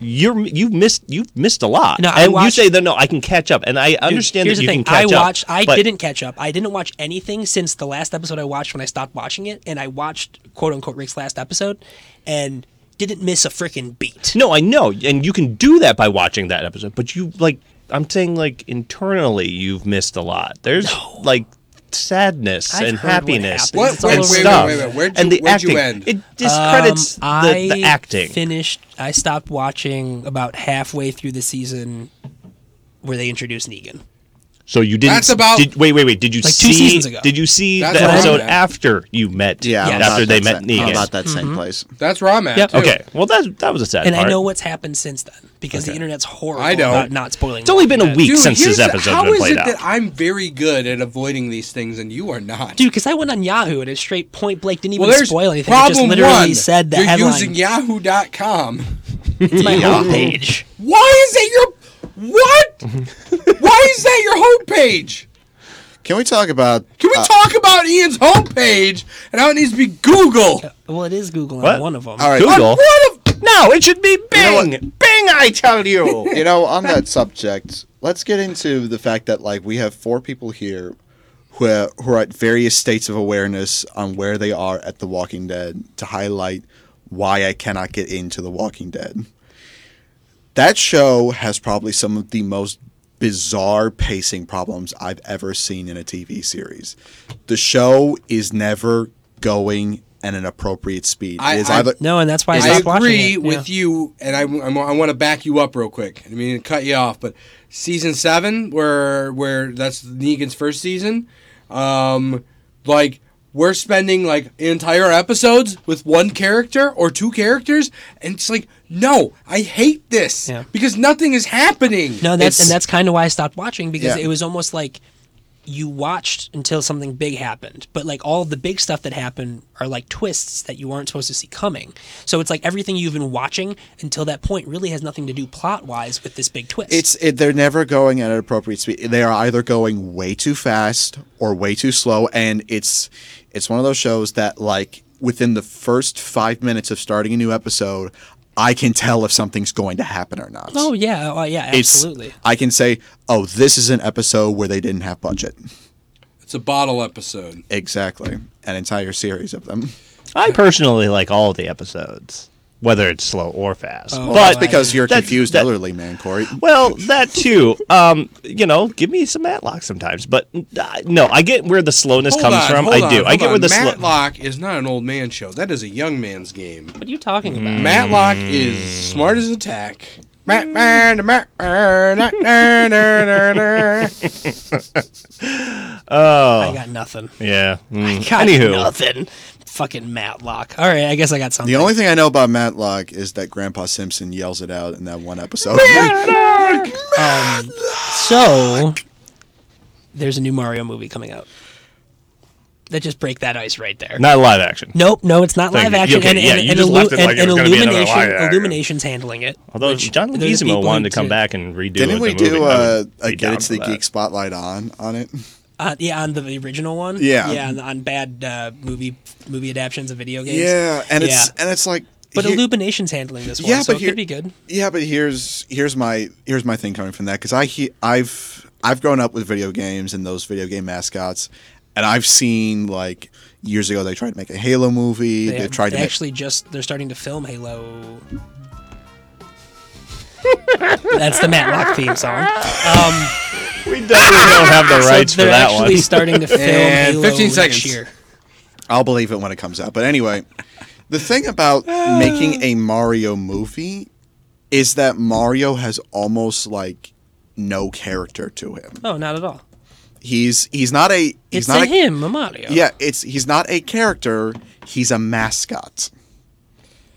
S3: you're you've missed you've missed a lot.
S2: No, I
S3: and
S2: watched-
S3: you say that no, I can catch up, and I
S2: Dude,
S3: understand
S2: here's
S3: that
S2: the thing.
S3: you can catch
S2: I watched.
S3: up.
S2: I
S3: but
S2: didn't catch up. I didn't watch anything since the last episode I watched when I stopped watching it, and I watched quote unquote Rick's last episode, and didn't miss a freaking beat.
S3: No, I know, and you can do that by watching that episode. But you like, I'm saying like internally, you've missed a lot. There's like sadness
S2: I've
S3: and
S2: heard what
S3: happiness
S2: happens. What- It's all
S3: and
S2: over- Wait, wait, wait,
S3: stuff.
S1: wait, wait. Where'd
S3: and
S1: you-
S3: the
S1: where'd you
S3: acting,
S1: end?
S3: it discredits
S2: Um,
S3: the, the
S2: I
S3: acting.
S2: Finished. I stopped watching about halfway through the season where they introduced Negan.
S3: So you didn't.
S1: That's about-
S3: Did, wait, wait, wait. Did you
S2: Like
S3: see?
S2: two seasons ago.
S3: Did you see
S1: That's
S3: the
S1: what I'm
S3: episode
S1: at.
S3: after you met?
S2: Yes.
S4: Yeah,
S2: Mm-hmm.
S4: I'm
S3: After
S4: about
S3: they
S4: that
S3: met
S4: sa-
S3: Negan.
S4: I'm about that same place.
S1: That's where I'm at.
S2: Yep.
S1: too.
S3: Okay. Well, that that was a sad
S2: And
S3: part.
S2: I know what's happened since then because the internet's horrible
S1: I know.
S2: about not spoiling.
S3: It's only been a
S2: that.
S3: week
S1: Dude,
S3: since
S1: here's
S3: this
S1: the-
S3: episode's
S1: how
S3: been
S1: is
S3: played
S1: it
S3: out.
S1: that I'm very good at avoiding these things and you are not?
S2: dude. Because I went on Yahoo and it's straight point blank didn't even
S1: well, there's
S2: spoil anything. It
S1: problem
S2: just literally
S1: one.
S2: said the
S1: You're
S2: headline.
S1: using Yahoo.com.
S2: it's my homepage.
S1: Why is that your what?
S2: Mm-hmm.
S1: Why is that your homepage?
S4: Can we talk about? uh,
S1: Can we talk about Ian's homepage and how it needs to be Google?
S2: Well, it is Google on
S3: What?
S2: one of them.
S4: All right.
S3: Google.
S1: What a-
S3: No, it should be
S4: know
S3: Bing. Bing, I tell you.
S4: You know, on that subject, let's get into the fact that like we have four people here who are, who are at various states of awareness on where they are at The Walking Dead to highlight why I cannot get into The Walking Dead. That show has probably some of the most bizarre pacing problems I've ever seen in a TV series. The show is never going at an appropriate speed.
S1: I-
S4: it is
S1: I-
S4: either
S2: No, and that's why I
S1: I
S2: stopped watching
S1: agree
S2: it.
S1: with you, and I, I'm- I want to back you up real quick. I mean, cut you off, but season seven, where where that's Negan's first season, um, like we're spending like entire episodes with one character or two characters, and it's like, no, I hate this
S2: Yeah.
S1: because nothing is happening.
S2: No, that's
S4: It's-
S2: and that's kind of why I stopped watching because
S4: Yeah.
S2: it was almost like you watched until something big happened, but like all the big stuff that happened are like twists that you aren't supposed to see coming. So it's like everything you've been watching until that point really has nothing to do plot wise with this big twist.
S4: It's it, they're never going at an appropriate speed. They are either going way too fast or way too slow, and it's it's one of those shows that like within the first five minutes of starting a new episode, I can tell if something's going to happen or not.
S2: oh yeah, oh yeah,
S4: It's-
S2: absolutely.
S4: I can say, oh, this is an episode where they didn't have budget.
S1: It's a bottle episode.
S4: Exactly, an entire series of them.
S3: I personally like all the episodes, whether it's slow or fast.
S2: Oh,
S3: but
S2: well,
S4: That's because you're a
S3: That's-
S4: confused
S3: that-
S4: elderly man, Corey.
S3: Well, that too. Um, you know, give me some Matlock sometimes, but uh, no, I get where the slowness
S1: Hold
S3: comes
S1: on,
S3: from.
S1: hold
S3: I
S1: on,
S3: do. I
S1: hold
S3: get
S1: on.
S3: where the slow.
S1: Matlock is not an old man show. That is a young man's game.
S2: What are you talking about?
S3: Mm.
S1: Matlock is smart as a tack. Mat- man- mat- na- na- na- na- na.
S2: I got nothing.
S3: Yeah. mm.
S2: Got
S3: Anywho,
S2: nothing. Fucking Matlock. All right, I guess I got something.
S4: The only thing I know about Matlock is that Grandpa Simpson yells it out in that one episode.
S2: So there's a new Mario movie coming out. That just break that ice right there.
S3: not live action.
S2: Nope, no, it's not
S3: Thank
S2: live
S3: you.
S2: action.
S3: Okay,
S2: and,
S3: yeah,
S2: and,
S3: you
S2: and
S3: just
S2: Illu-
S3: left it like
S2: and-
S3: it
S2: and
S3: was gonna be another
S2: Illumination,
S3: live action.
S2: Illumination's handling it.
S3: Although
S2: which
S3: John
S2: there's
S3: Leguizamo
S2: people
S3: wanted to
S2: in
S3: come
S2: it.
S3: back and redo.
S4: Didn't
S3: it,
S4: we
S3: the
S4: do
S3: movie. I
S4: uh,
S3: would
S4: a
S3: be
S4: Get
S3: down
S4: It's
S3: for
S4: the
S3: that.
S4: Geek Spotlight on on it?
S2: Uh, yeah, on the original one.
S4: Yeah.
S2: yeah, on, on bad uh, movie movie adaptions of video games.
S4: Yeah, and it's
S2: Yeah.
S4: and it's like
S2: but
S4: here-
S2: Illumination's handling this one,
S4: Yeah,
S2: so
S4: but
S2: it
S4: here-
S2: could be good.
S4: yeah, but here's here's my here's my thing coming from that because I he, I've I've grown up with video games and those video game mascots, and I've seen like years ago they tried to make a Halo movie. They,
S2: They,
S4: tried
S2: they
S4: to
S2: actually just they're starting to film Halo. That's the Matlock theme song. Um,
S3: We definitely don't have the rights
S2: so
S3: for
S2: they're
S3: that
S2: actually
S3: one.
S2: starting to film
S1: And
S2: Halo
S1: 15
S2: next
S1: seconds.
S2: year.
S4: make. I'll believe it when it comes out. But anyway, the thing about making a Mario movie is that Mario has almost like no character to him.
S2: No, Oh, not at all.
S4: He's he's not a he's
S2: It's
S4: not
S2: a
S4: a
S2: him, a Mario.
S4: Yeah, it's he's not a character. He's a mascot.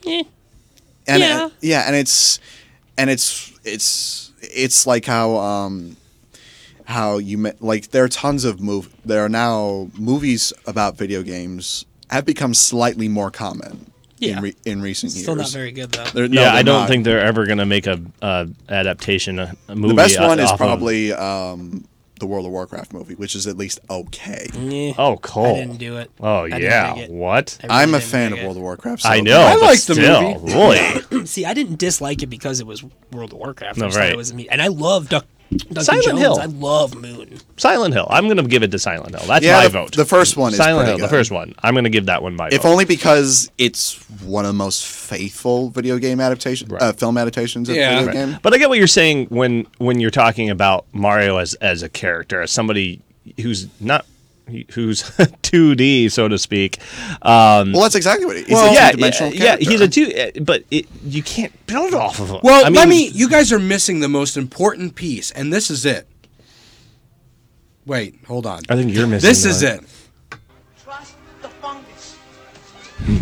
S2: Eh.
S4: And
S2: Yeah.
S4: yeah, and it's and it's it's it's like how um how you met like there are tons of move there are now movies about video games have become slightly more common
S2: Yeah.
S4: in re- in recent
S2: Still
S4: years.
S2: not very good though.
S4: They're- no,
S3: yeah, I
S4: they're
S3: don't
S4: not.
S3: think they're ever gonna make a, a adaptation a, a movie.
S4: the best
S3: off-
S4: one is
S3: off of-
S4: probably um the World of Warcraft movie, which is at least okay.
S2: Eh,
S3: Oh, Cole.
S2: I didn't do it.
S3: Oh
S2: I didn't
S3: yeah.
S2: dig it.
S3: What?
S2: I really
S4: I'm a
S2: didn't
S4: fan
S2: dig
S4: of World of Warcraft. so
S3: I know.
S1: I
S3: but
S1: liked the
S3: still,
S1: movie.
S3: Boy.
S2: it. See, I didn't dislike it because it was World of Warcraft.
S3: No,
S2: I just thought
S3: right.
S2: It was me, and I love Duck. Duncan
S3: Silent
S2: Jones.
S3: Hill.
S2: I love Moon.
S3: Silent Hill. I'm gonna give it to Silent Hill. That's
S4: Yeah,
S3: my
S4: the,
S3: vote.
S4: the first one is
S3: Silent
S4: pretty
S3: Hill, the
S4: good.
S3: first one. I'm gonna give that one my
S4: If
S3: vote.
S4: only because it's one of the most faithful video game adaptations, uh, film adaptations of
S1: Yeah.
S4: video
S1: Right.
S4: game.
S3: But I get what you're saying when when you're talking about Mario as as a character, as somebody who's not who's 2D, so to speak. Um,
S4: Well, that's exactly what it is.
S3: so
S4: yeah,
S3: yeah,
S4: dimensional
S3: yeah, yeah, he's a two, uh, but it, you can't build off of him.
S1: Well,
S3: I mean,
S1: let me. You guys are missing the most important piece, and this is it. Wait, hold on.
S3: I think you're missing.
S1: This is
S3: the-
S1: it.
S8: Trust the fungus.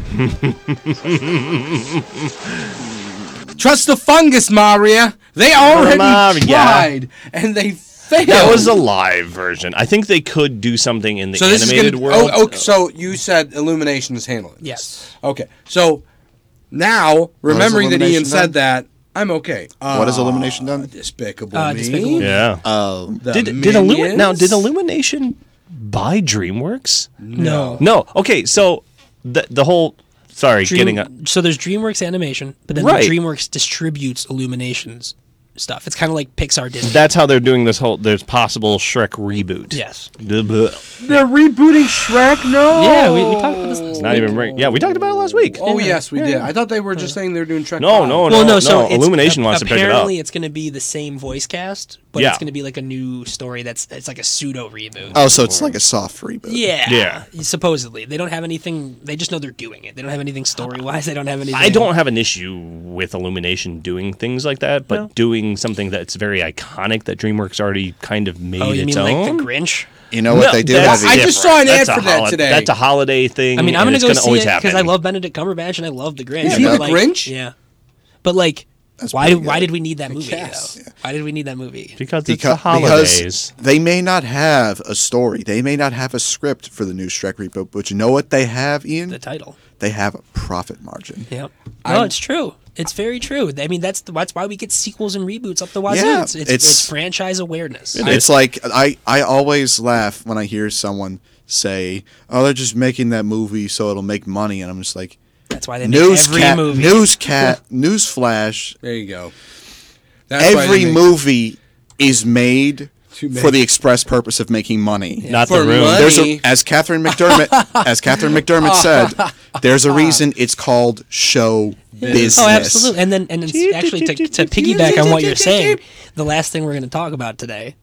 S1: Trust the fungus, Maria. They already
S3: Maria.
S1: tried and they failed.
S3: That was a live version. I think they could do something in the
S1: so this
S3: animated
S1: is gonna,
S3: world.
S1: Oh, okay, so you said Illumination is handling. this.
S2: Yes.
S1: Okay. So
S3: Oh,
S1: now, remembering that Ian
S4: Illumination
S1: said
S4: done?
S1: that, I'm okay. Uh,
S4: what has Illumination
S3: Oh,
S4: done?
S1: Despicable
S2: Uh,
S1: Me.
S2: Despicable Me.
S3: Yeah.
S4: Oh,
S1: The
S3: did did Illumi- now did
S1: Minions?
S3: Illumination buy DreamWorks?
S2: No.
S3: No. Okay, so the the whole sorry,
S2: Dream-
S3: getting a
S2: so there's DreamWorks animation, but then
S3: Right.
S2: the DreamWorks distributes Illuminations stuff. It's kind of like Pixar Disney.
S3: that's how they're doing this whole there's possible Shrek reboot.
S2: yes.
S3: Blah, blah. It's
S1: They're rebooting Shrek? No.
S2: Yeah, we, we talked about this. last
S3: not
S2: week.
S3: even right. Yeah, we talked about it last week.
S1: Oh yes, we did. I thought they were just saying they were doing Shrek.
S3: No,
S1: five.
S3: no, no.
S2: Well, no, so it's-
S3: Illumination wants to pick it up.
S2: Apparently, it's going to be the same voice cast, but
S3: Yeah.
S2: it's going to be like a new story. That's it's like a pseudo reboot.
S4: oh, so it's like a soft reboot.
S2: Yeah.
S3: Yeah.
S2: Supposedly. They don't have anything. They just know they're doing it. They don't have anything story wise. They don't have anything.
S3: I don't have an issue with Illumination doing things like that, but
S2: No.
S3: doing something that's very iconic that DreamWorks already kind of made
S2: Oh, you
S3: its
S2: mean
S3: own.
S2: like The Grinch?
S4: You know what
S3: No,
S4: they do
S3: that's
S4: have?
S1: I just saw an
S3: different.
S1: ad
S3: That's
S1: for
S3: a
S1: that
S3: holi-
S1: today.
S3: That's a holiday thing.
S2: I mean, I'm
S3: and
S2: going
S3: it's
S2: to go see
S3: always
S2: it because I
S3: happen.
S2: love Benedict Cumberbatch and I love The Grinch.
S1: Is he
S2: but
S1: The
S2: like-
S1: Grinch?
S2: Yeah. But like, why
S4: pretty
S2: why
S4: good.
S2: did we need that movie?
S1: guess.
S2: Though? Why did we need that movie?
S3: because it's the
S4: Because,
S3: holidays.
S4: because they may not have a story. They may not have a script for the new Shrek reboot, but you know what they have, Ian?
S2: The title.
S4: they have a profit margin.
S2: Yep. No, it's true. It's very true. I mean, that's the, that's why we get sequels and reboots up the wazoo.
S4: Yeah,
S2: it's, it's,
S4: it's-
S2: it's franchise awareness.
S4: It's like I, I always laugh when I hear someone say, "Oh, they're just making that movie so it'll make money," and I'm just like,
S2: That's why they make every
S4: "Newscat,
S2: movie.
S4: newscat, newsflash!
S1: There you go. That's why
S4: every
S1: they make-
S4: movie is made
S1: To make-
S4: for the express purpose of making money."
S3: Not
S1: For
S3: the room.
S1: money.
S4: There's a, as Catherine McDermott, as Catherine McDermott said, there's a reason it's called show business.
S2: Ah. Oh, absolutely. And then, and it's actually to, to piggyback on what you're saying, the last thing we're going to talk about today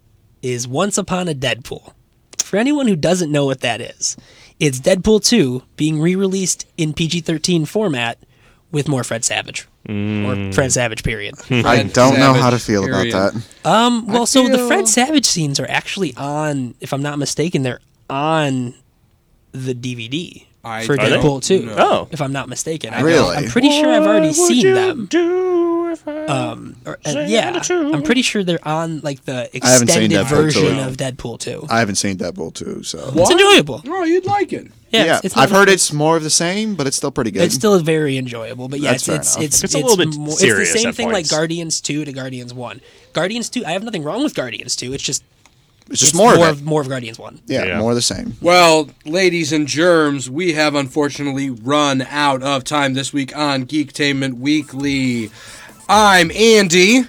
S2: is Once Upon a Deadpool. For anyone who doesn't know what that is, it's Deadpool 2 being re released in PG 13 format with more Fred Savage. Or Fred Savage, period.
S4: I
S1: Fred
S4: don't know how to
S1: Savage,
S4: feel
S1: period.
S4: about that.
S2: Um, well, so the
S1: feel-
S2: Fred Savage scenes are actually on, if I'm not mistaken, they're on the DVD
S1: I
S2: for
S1: don't
S2: Deadpool 2.
S1: know.
S3: Oh.
S2: If I'm not mistaken. I
S4: Really?
S2: am pretty sure I've already seen them.
S3: Do if I...
S2: Or, uh, yeah, I'm pretty sure they're on like the
S4: haven't seen
S2: extended
S4: Deadpool
S2: version
S4: 2.
S2: of Deadpool 2.
S4: I haven't seen Deadpool 2, so.
S1: What?
S2: enjoyable.
S1: Oh, you'd like it.
S2: Yeah, it's-
S4: yeah,
S2: it's not
S4: I've heard
S2: bad.
S4: it's more of the same, but it's still pretty good.
S2: It's still very enjoyable, but yeah,
S4: That's
S2: it's
S4: fair
S2: it's,
S4: enough.
S2: it's
S3: It's a little bit
S2: more,
S3: serious
S2: It's the same
S3: at
S2: thing
S3: points.
S2: like Guardians two to Guardians one. Guardians two, I have nothing wrong with Guardians two. It's just
S4: it's just more,
S2: more
S4: of it.
S2: more of Guardians one.
S4: Yeah,
S3: Yeah.
S4: more of the same.
S1: Well, ladies and germs, we have unfortunately run out of time this week on Geektainment Weekly. I'm Andy,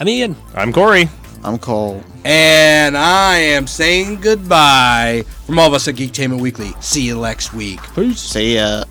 S2: I mean,
S3: I'm Corey.
S4: I'm Cole.
S1: and I am saying goodbye from all of us at Geektainment Weekly. See you next week.
S4: See ya.